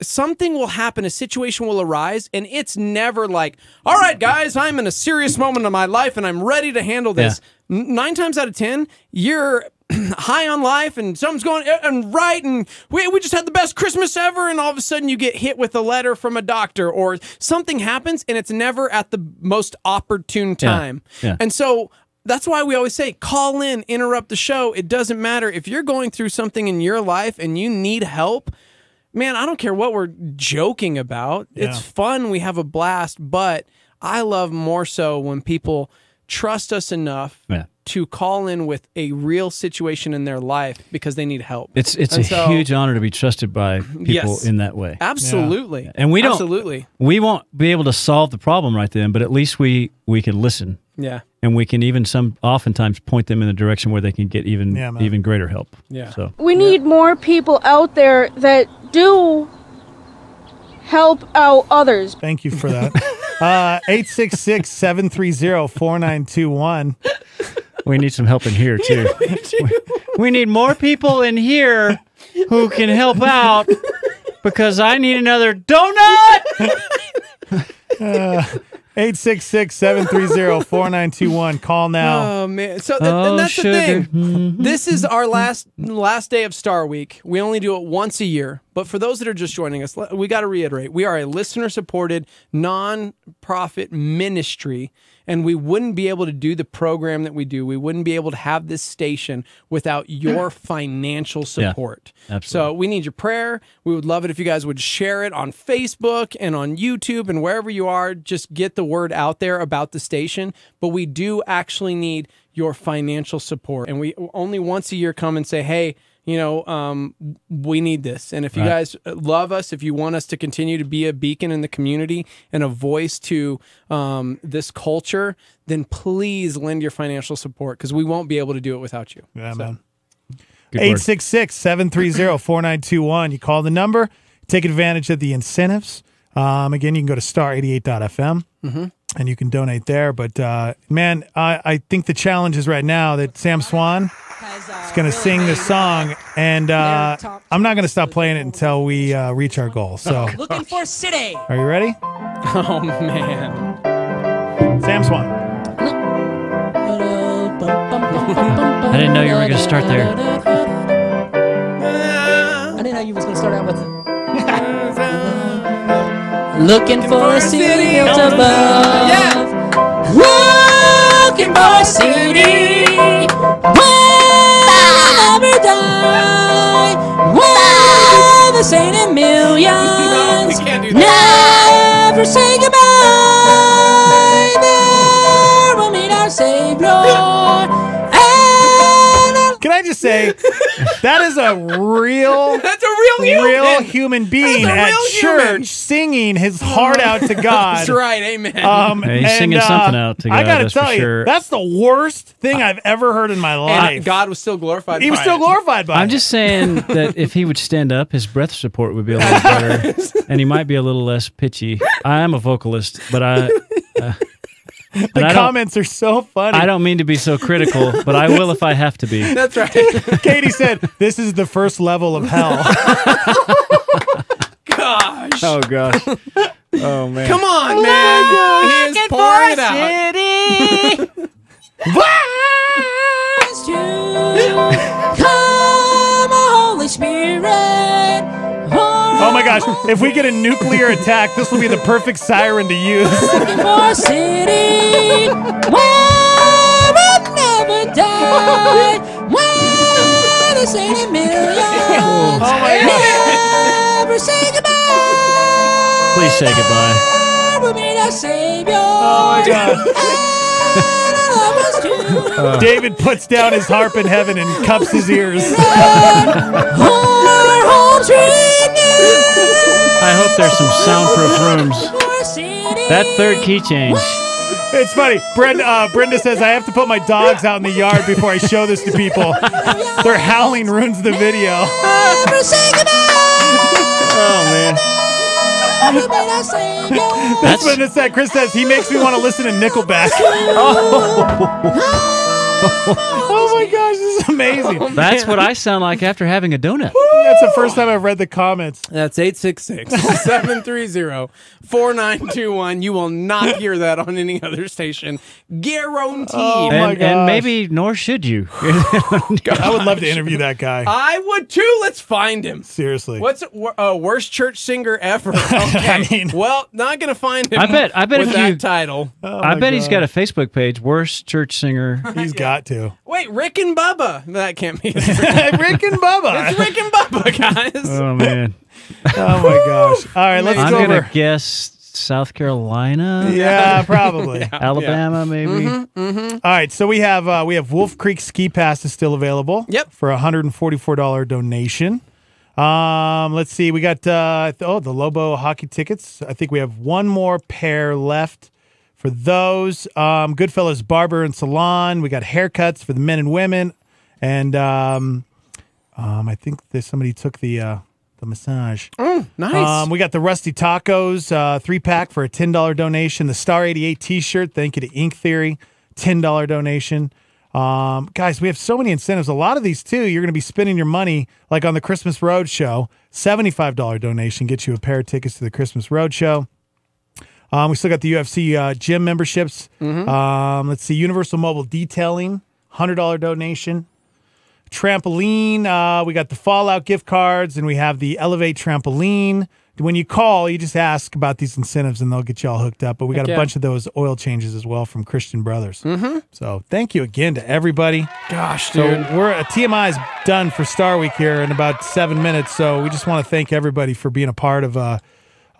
Speaker 2: something will happen, a situation will arise, and it's never like, "All right, guys, I'm in a serious moment of my life, and I'm ready to handle this." N- Nine times out of ten, you're high on life and something's going uh, and right and we, we just had the best christmas ever and all of a sudden you get hit with a letter from a doctor or something happens and it's never at the most opportune time
Speaker 3: Yeah.
Speaker 2: and so that's why we always say call in interrupt the show it doesn't matter if you're going through something in your life and you need help man, I don't care what we're joking about. It's fun. We have a blast. But I love more so when people trust us enough
Speaker 3: Yeah.
Speaker 2: to call in with a real situation in their life because they need help.
Speaker 3: It's it's
Speaker 2: And
Speaker 3: a
Speaker 2: so-
Speaker 3: huge honor to be trusted by people
Speaker 2: Yes.
Speaker 3: in that way.
Speaker 2: Absolutely.
Speaker 3: And we don't-
Speaker 2: Absolutely.
Speaker 3: We won't be able to solve the problem right then, but at least we we can listen.
Speaker 2: Yeah.
Speaker 3: and we can even some oftentimes point them in the direction where they can get even
Speaker 1: Yeah, man.
Speaker 3: even greater help.
Speaker 2: Yeah.
Speaker 3: So
Speaker 11: We need more people out there that do help out others.
Speaker 1: Thank you for that. Uh, 866-730-4921.
Speaker 3: we need some help in here too. we need more people in here who can help out because I need another donut.
Speaker 1: 866-730-4921. Call now.
Speaker 2: Oh man! So th- and that's the thing. This is our last last day of Star Week. We only do it once a year. But for those that are just joining us, le- we got to reiterate: we are a listener-supported non-profit ministry, and we wouldn't be able to do the program that we do. We wouldn't be able to have this station without your financial support.
Speaker 3: absolutely.
Speaker 2: So we need your prayer. We would love it if you guys would share it on Facebook and on YouTube and wherever you are. Just get the word out there about the station. But we do actually need your financial support. And we only once a year come and say, hey, you know, um, we need this. And if you guys uh, love us, if you want us to continue to be a beacon in the community and a voice to um, this culture, then please lend your financial support because we won't be able to do it without you.
Speaker 1: Yeah, man.
Speaker 3: Good word.
Speaker 1: 866-730-4921. You call the number, take advantage of the incentives. Um, again, you can go to star88.fm and you can donate there. But uh, man, I, I think the challenge is right now that Sam Swan is going to sing this song, and uh, I'm not going to stop playing it until we uh, reach our goal. So,
Speaker 12: Looking for city.
Speaker 1: are you ready?
Speaker 2: Oh, man.
Speaker 1: Sam Swan.
Speaker 3: I didn't know you were going to start there.
Speaker 12: I didn't know you was gonna start out with. Looking for a city built above. Looking for a city. Where never die. Where the saint in millions. Never say goodbye. There we'll meet our savior.
Speaker 1: Can I just say that is a real,
Speaker 2: that's a real,
Speaker 1: real
Speaker 2: human.
Speaker 1: human being
Speaker 2: That's a
Speaker 1: at
Speaker 2: real
Speaker 1: church
Speaker 2: human.
Speaker 1: singing his heart out to God.
Speaker 2: That's right. Amen.
Speaker 1: Um,
Speaker 3: Yeah, he's
Speaker 1: and,
Speaker 3: singing
Speaker 1: uh,
Speaker 3: something out to
Speaker 1: I
Speaker 3: God,
Speaker 1: gotta
Speaker 3: that's for
Speaker 1: tell you,
Speaker 3: sure.
Speaker 1: that's the worst thing I've ever heard in my
Speaker 2: and
Speaker 1: life.
Speaker 2: God was still glorified.
Speaker 1: he was
Speaker 2: by
Speaker 1: still
Speaker 2: it.
Speaker 1: glorified by
Speaker 3: I'm
Speaker 1: it.
Speaker 3: just saying that if he would stand up, his breath support would be a little better, and he might be a little less pitchy. I am a vocalist, but I. Uh,
Speaker 1: The
Speaker 3: I don't-
Speaker 1: comments are so funny.
Speaker 3: I don't mean to be so critical, but I will if I have to be.
Speaker 2: That's right.
Speaker 1: Katie said, "This is the first level of hell."
Speaker 2: Gosh.
Speaker 3: Oh gosh. Oh man.
Speaker 2: Come on, man. He is pouring it out.
Speaker 12: City. Wants to come, Holy Spirit.
Speaker 1: Oh my gosh! If we get a nuclear attack, this will be the perfect siren to use.
Speaker 12: For city where it never died. Where the city millions
Speaker 1: Oh
Speaker 12: never say goodbye.
Speaker 3: Please say goodbye.
Speaker 12: We meet our Savior.
Speaker 1: Oh my gosh. David puts down his harp in heaven and cups his ears.
Speaker 12: Our home
Speaker 3: I hope there's some soundproof rooms. That third key change.
Speaker 1: It's funny. Brenda, uh, Brenda says, I have to put my dogs out in the yard before I show this to people. Their howling ruins the video.
Speaker 12: Never say
Speaker 1: Oh, man.
Speaker 12: We meet our Savior.
Speaker 1: That's when it's that Chris says, he makes me want to listen to Nickelback. Oh my gosh, this is amazing.
Speaker 3: That's what I sound like after having a donut.
Speaker 1: That's the first time I've read the comments.
Speaker 2: That's 866-730-4921. You will not hear that on any other station. Guaranteed.
Speaker 1: Oh my
Speaker 3: and, and
Speaker 1: gosh. Oh
Speaker 3: maybe nor should you.
Speaker 1: I would love to interview that guy.
Speaker 2: I would too. Let's find him.
Speaker 1: Seriously.
Speaker 2: What's a wor- uh, worst church singer ever? Okay. well, not gonna find him.
Speaker 3: I bet- I bet
Speaker 2: with
Speaker 3: if
Speaker 2: that
Speaker 3: you-
Speaker 2: title.
Speaker 3: I bet he's got a Facebook page. Worst church singer.
Speaker 1: Oh He's got to.
Speaker 2: Wait, Rick and Bubba. That can't be.
Speaker 1: Rick and Bubba.
Speaker 2: It's Rick and Bubba, guys.
Speaker 3: Oh man.
Speaker 1: Oh my gosh. All right, let's
Speaker 3: I'm
Speaker 1: go
Speaker 3: gonna
Speaker 1: over.
Speaker 3: guess South Carolina.
Speaker 1: Yeah, Mm-hmm. probably.
Speaker 3: Alabama, maybe.
Speaker 1: All right, so we have uh, we have Wolf Creek Ski Pass is still available. Yep, for a hundred and forty four dollar donation. Um, let's see, we got uh, th- oh the Lobo hockey tickets. I think we have one more pair left for those. Um, Goodfellas Barber and Salon. We got haircuts for the men and women, and um, um, I think there's somebody took the uh, the massage.
Speaker 2: nice.
Speaker 1: Um, we got the Rusty Tacos uh, three pack for a ten dollar donation. The Star eighty eight T shirt. Thank you to Ink Theory, ten dollar donation. Um, guys, we have so many incentives. A lot of these too. You're going to be spending your money like on the Christmas Road Show. Seventy five dollar donation gets you a pair of tickets to the Christmas Road Show. Um, we still got the UFC uh, gym memberships. Um, let's see, Universal Mobile Detailing, hundred dollar donation. Trampoline, uh, we got the Fallout gift cards, and we have the Elevate Trampoline. When you call, you just ask about these incentives, and they'll get you all hooked up. But we got
Speaker 2: Heck
Speaker 1: a
Speaker 2: yeah.
Speaker 1: bunch of those oil changes as well from Christian Brothers. Mm-hmm. So thank you again to everybody.
Speaker 2: Gosh,
Speaker 1: So
Speaker 2: dude.
Speaker 1: we're uh, TMI is done for Star Week here in about seven minutes. So we just want to thank everybody for being a part of uh,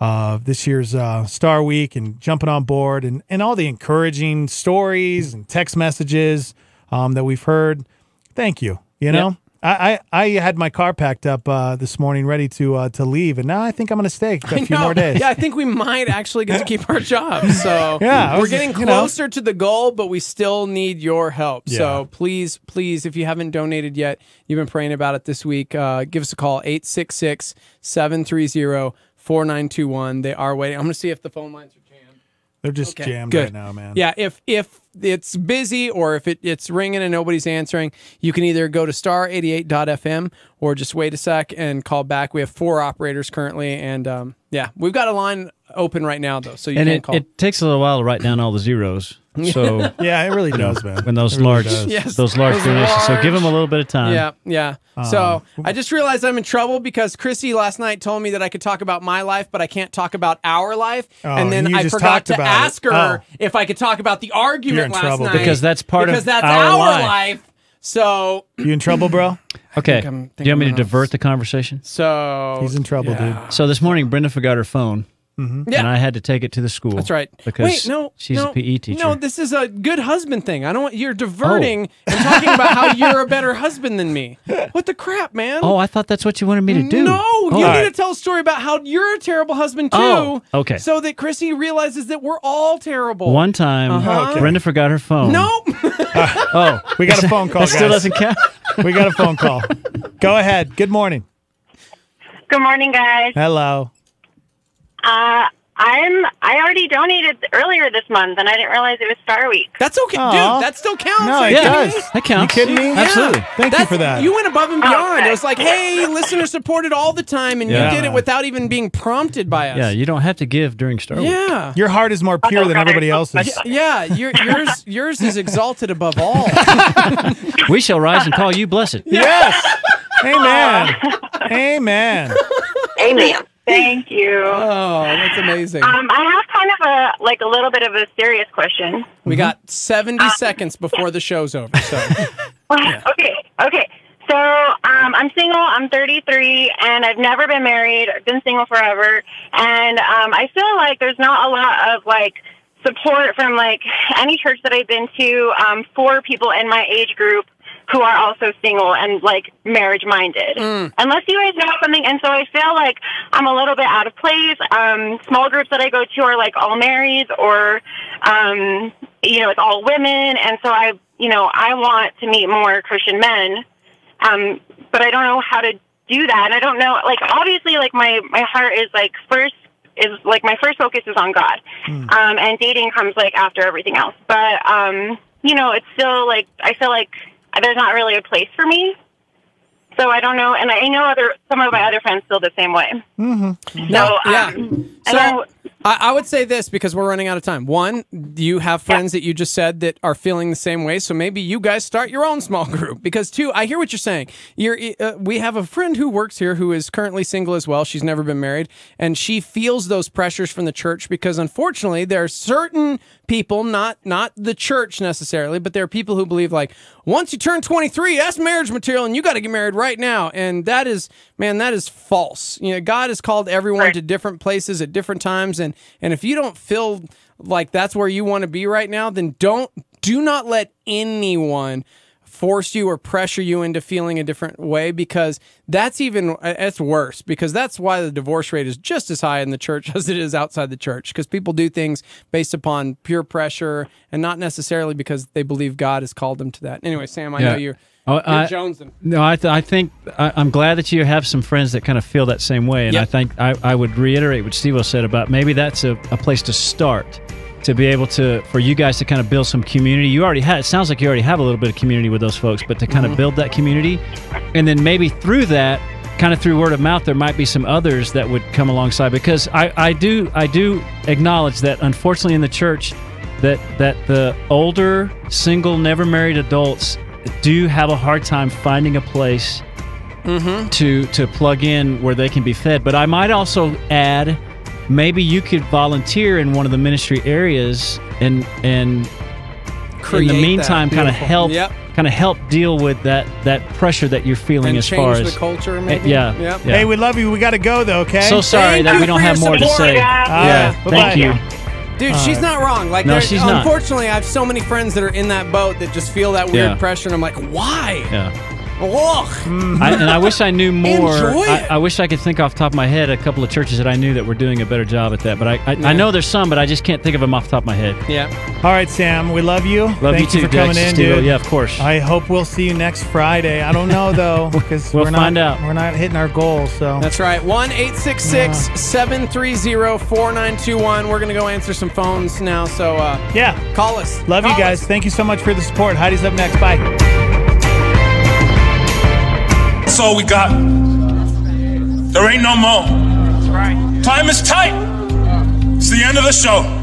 Speaker 1: uh, this year's uh, Star Week and jumping on board and, and all the encouraging stories and text messages um, that we've heard. Thank you. You know, I, I I had my car packed up uh, this morning, ready to uh, to leave, and now I think I'm going to stay a
Speaker 2: I
Speaker 1: few
Speaker 2: know.
Speaker 1: more days.
Speaker 2: Yeah, I think we might actually get to keep our jobs. So
Speaker 1: Yeah, I
Speaker 2: we're
Speaker 1: was-
Speaker 2: getting
Speaker 1: you know.
Speaker 2: closer to the goal, but we still need your help.
Speaker 1: Yeah.
Speaker 2: So please, please, if you haven't donated yet, you've been praying about it this week, uh, give us a call 866 730 4921. They are waiting. I'm going to see if the phone lines are
Speaker 1: They're just
Speaker 2: Okay,
Speaker 1: jammed
Speaker 2: good.
Speaker 1: right now, man.
Speaker 2: Yeah, if if it's busy or if it, it's ringing and nobody's answering, you can either go to star88.fm or just wait a sec and call back. We have four operators currently, and um, yeah, we've got a line open right now though, so you
Speaker 3: and
Speaker 2: can
Speaker 3: it,
Speaker 2: call.
Speaker 3: it takes a little while to write down all the zeros. So
Speaker 1: Yeah, it really
Speaker 3: you know,
Speaker 1: does, man.
Speaker 3: When those
Speaker 1: It really
Speaker 3: large,
Speaker 1: does.
Speaker 2: Yes,
Speaker 3: those large
Speaker 2: those
Speaker 3: donations. So
Speaker 2: large-
Speaker 3: give them a little bit of time.
Speaker 2: yeah, yeah. so
Speaker 3: Um,
Speaker 2: I just realized I'm in trouble because Chrissy last night told me that I could talk about my life, but I can't talk about our life.
Speaker 3: Oh,
Speaker 2: and then
Speaker 3: you
Speaker 2: I
Speaker 3: just
Speaker 2: forgot
Speaker 3: talked
Speaker 2: to
Speaker 3: about it. Oh.
Speaker 2: ask her if I could talk about the
Speaker 3: You're in
Speaker 2: argument last
Speaker 3: trouble,
Speaker 2: night
Speaker 3: dude. Because that's part of
Speaker 2: because that's
Speaker 3: our
Speaker 2: our
Speaker 3: life.
Speaker 2: life. So
Speaker 1: You in trouble, bro?
Speaker 3: Okay.
Speaker 2: think I'm-
Speaker 3: Do
Speaker 2: think
Speaker 3: you
Speaker 2: I'm
Speaker 3: want me to
Speaker 2: gonna-
Speaker 3: divert the conversation?
Speaker 2: So
Speaker 1: He's in trouble, dude.
Speaker 3: So this morning, Brenda forgot her phone,
Speaker 2: Yeah.
Speaker 3: and I had to take it to the school.
Speaker 2: That's right.
Speaker 3: Because
Speaker 2: Wait, no,
Speaker 3: she's
Speaker 2: no,
Speaker 3: a PE teacher.
Speaker 2: No, this is a good husband thing. I don't want you're diverting
Speaker 3: Oh.
Speaker 2: and talking about how you're a better husband than me. What the crap, man?
Speaker 3: oh, I thought that's what you wanted me to do.
Speaker 2: No,
Speaker 3: Oh.
Speaker 2: you
Speaker 3: All
Speaker 2: need to
Speaker 3: right.
Speaker 2: tell a story about how you're a terrible husband too.
Speaker 3: Oh, okay.
Speaker 2: So that Chrissy realizes that we're all terrible.
Speaker 3: One time,
Speaker 2: Uh-huh. Okay.
Speaker 3: Brenda forgot her phone.
Speaker 2: No.
Speaker 3: Oh,
Speaker 1: We got a phone call.
Speaker 3: That still
Speaker 1: guys.
Speaker 3: doesn't count.
Speaker 1: We got a phone call. Go ahead. Good morning.
Speaker 13: Good morning, guys.
Speaker 1: Hello.
Speaker 13: Uh,
Speaker 10: I'm. I already donated earlier this month, and I didn't realize it was Star Week.
Speaker 2: That's okay,
Speaker 10: Aw.
Speaker 2: dude. That still counts.
Speaker 10: No,
Speaker 2: Are
Speaker 10: it
Speaker 2: you kidding
Speaker 10: does.
Speaker 2: me?
Speaker 3: That counts.
Speaker 1: You kidding me?
Speaker 2: Yeah.
Speaker 1: Absolutely. Thank you
Speaker 2: That's-
Speaker 1: for that.
Speaker 2: You went above and beyond.
Speaker 10: Okay.
Speaker 2: It was like, hey, listener supported all the time, and
Speaker 3: Yeah.
Speaker 2: you did it without even being prompted by us.
Speaker 3: Yeah, you don't have to give during Star Wars.
Speaker 2: Yeah.
Speaker 1: Your heart is more pure than everybody else's.
Speaker 2: Yeah, your, yours yours is exalted above all.
Speaker 3: We shall rise and call you blessed.
Speaker 1: Yes. Amen. Amen.
Speaker 10: Amen. Thank you.
Speaker 1: Uh,
Speaker 2: Oh, that's amazing.
Speaker 10: Um, I have kind of a like a little bit of a serious question.
Speaker 2: We got 70 seconds before the show's over. So
Speaker 10: okay, okay. So um, I'm single. I'm 33, and I've never been married. I've been single forever, and um, I feel like there's not a lot of like support from like any church that I've been to um, for people in my age group who are also single and like marriage minded.
Speaker 13: Mm.
Speaker 10: Unless you guys know something, and so I feel like I'm a little bit out of place. Um, small groups that I go to are like all married or um, you know it's all women, and so I you know I want to meet more Christian men, um, but I don't know how to do that. And I don't know like obviously like my my heart is like first is like my first focus is on God, um, and dating comes like after everything else. But um, you know, it's still like I feel like there's not really a place for me. So I don't know, and I know other some of my other friends feel the same way.
Speaker 2: No, yeah.
Speaker 10: um, And I,
Speaker 2: So I, I would say this because we're running out of time. One, you have friends that you just said that are feeling the same way, so maybe you guys start your own small group. Because two, I hear what you're saying. You're, uh, we have a friend who works here who is currently single as well. She's never been married, and she feels those pressures from the church because unfortunately there are certain people, not not the church necessarily, but there are people who believe like once you turn 23, that's marriage material, and you got to get married right now. And that is, man, that is false. You know, God has called everyone to different places at different times, and and if you don't feel like that's where you want to be right now, then don't do not let anyone force you or pressure you into feeling a different way because that's even uh, it's worse because that's why the divorce rate is just as high in the church as it is outside the church because people do things based upon pure pressure and not necessarily because they believe God has called them to that. Anyway, Sam, I
Speaker 3: Yeah.
Speaker 2: know you're,
Speaker 3: Oh,
Speaker 2: you're
Speaker 3: I-
Speaker 2: jonesing.
Speaker 3: No, I, th- I think I, I'm glad that you have some friends that kind of feel that same way. And I
Speaker 2: Yep.
Speaker 3: think I, I would reiterate what Steve said about maybe that's a, a place to start to be able to, for you guys to kind of build some community. You already had, it sounds like you already have a little bit of community with those folks, but to kind of build that community. And then maybe through that, kind of through word of mouth, there might be some others that would come alongside because I, I do, I do acknowledge that unfortunately in the church, that that the older single never married adults do have a hard time finding a place
Speaker 2: Mm-hmm.
Speaker 3: to to plug in where they can be fed but i might also add maybe you could volunteer in one of the ministry areas and and
Speaker 2: Create
Speaker 3: in
Speaker 2: that.
Speaker 3: the meantime kind of
Speaker 2: Beautiful.
Speaker 3: help
Speaker 2: Yep.
Speaker 3: kind of help deal with that that pressure that you're feeling
Speaker 2: And
Speaker 3: as far
Speaker 2: change the
Speaker 3: as
Speaker 2: culture,
Speaker 3: Eh,
Speaker 2: maybe?
Speaker 3: yeah,
Speaker 2: Yep.
Speaker 3: yeah.
Speaker 1: Hey, we love you. We got to go though. Okay.
Speaker 3: so sorry that we don't have more to say
Speaker 1: uh,
Speaker 3: yeah,
Speaker 1: All right,
Speaker 3: thank you
Speaker 1: bye-bye.
Speaker 2: Dude,
Speaker 1: All
Speaker 2: she's
Speaker 1: right.
Speaker 2: not wrong. Like,
Speaker 3: Uh, No,
Speaker 2: there-
Speaker 3: she's not.
Speaker 2: unfortunately, I have so many friends that are in that boat that just feel that weird
Speaker 3: Yeah.
Speaker 2: pressure, and I'm like, why?
Speaker 3: yeah Mm.
Speaker 2: Ugh.
Speaker 3: I, and I wish I knew more.
Speaker 2: Enjoy
Speaker 3: I,
Speaker 2: it.
Speaker 3: I wish I could think off the top of my head a couple of churches that I knew that were doing a better job at that. But I, I, I know there's some, but I just can't think of them off the top of my head.
Speaker 2: Yeah.
Speaker 1: All right, Sam. We love you.
Speaker 3: Love
Speaker 1: Thank
Speaker 3: you too,
Speaker 1: for coming
Speaker 3: Dex,
Speaker 1: in,
Speaker 3: Steve-O.
Speaker 1: dude.
Speaker 3: Yeah, of course.
Speaker 1: I hope we'll see you next Friday. I don't know though, because
Speaker 3: We'll
Speaker 1: are
Speaker 3: find
Speaker 1: not,
Speaker 3: out.
Speaker 1: We're not hitting our goal. So
Speaker 2: That's right. 1 866 730 4921. We're going to go answer some phones now. So, uh,
Speaker 1: yeah.
Speaker 2: Call us.
Speaker 1: Love you guys. Thank you so much for the support. Heidi's up next. Bye.
Speaker 9: That's all we got. There ain't no more. Time is tight. It's the end of the show.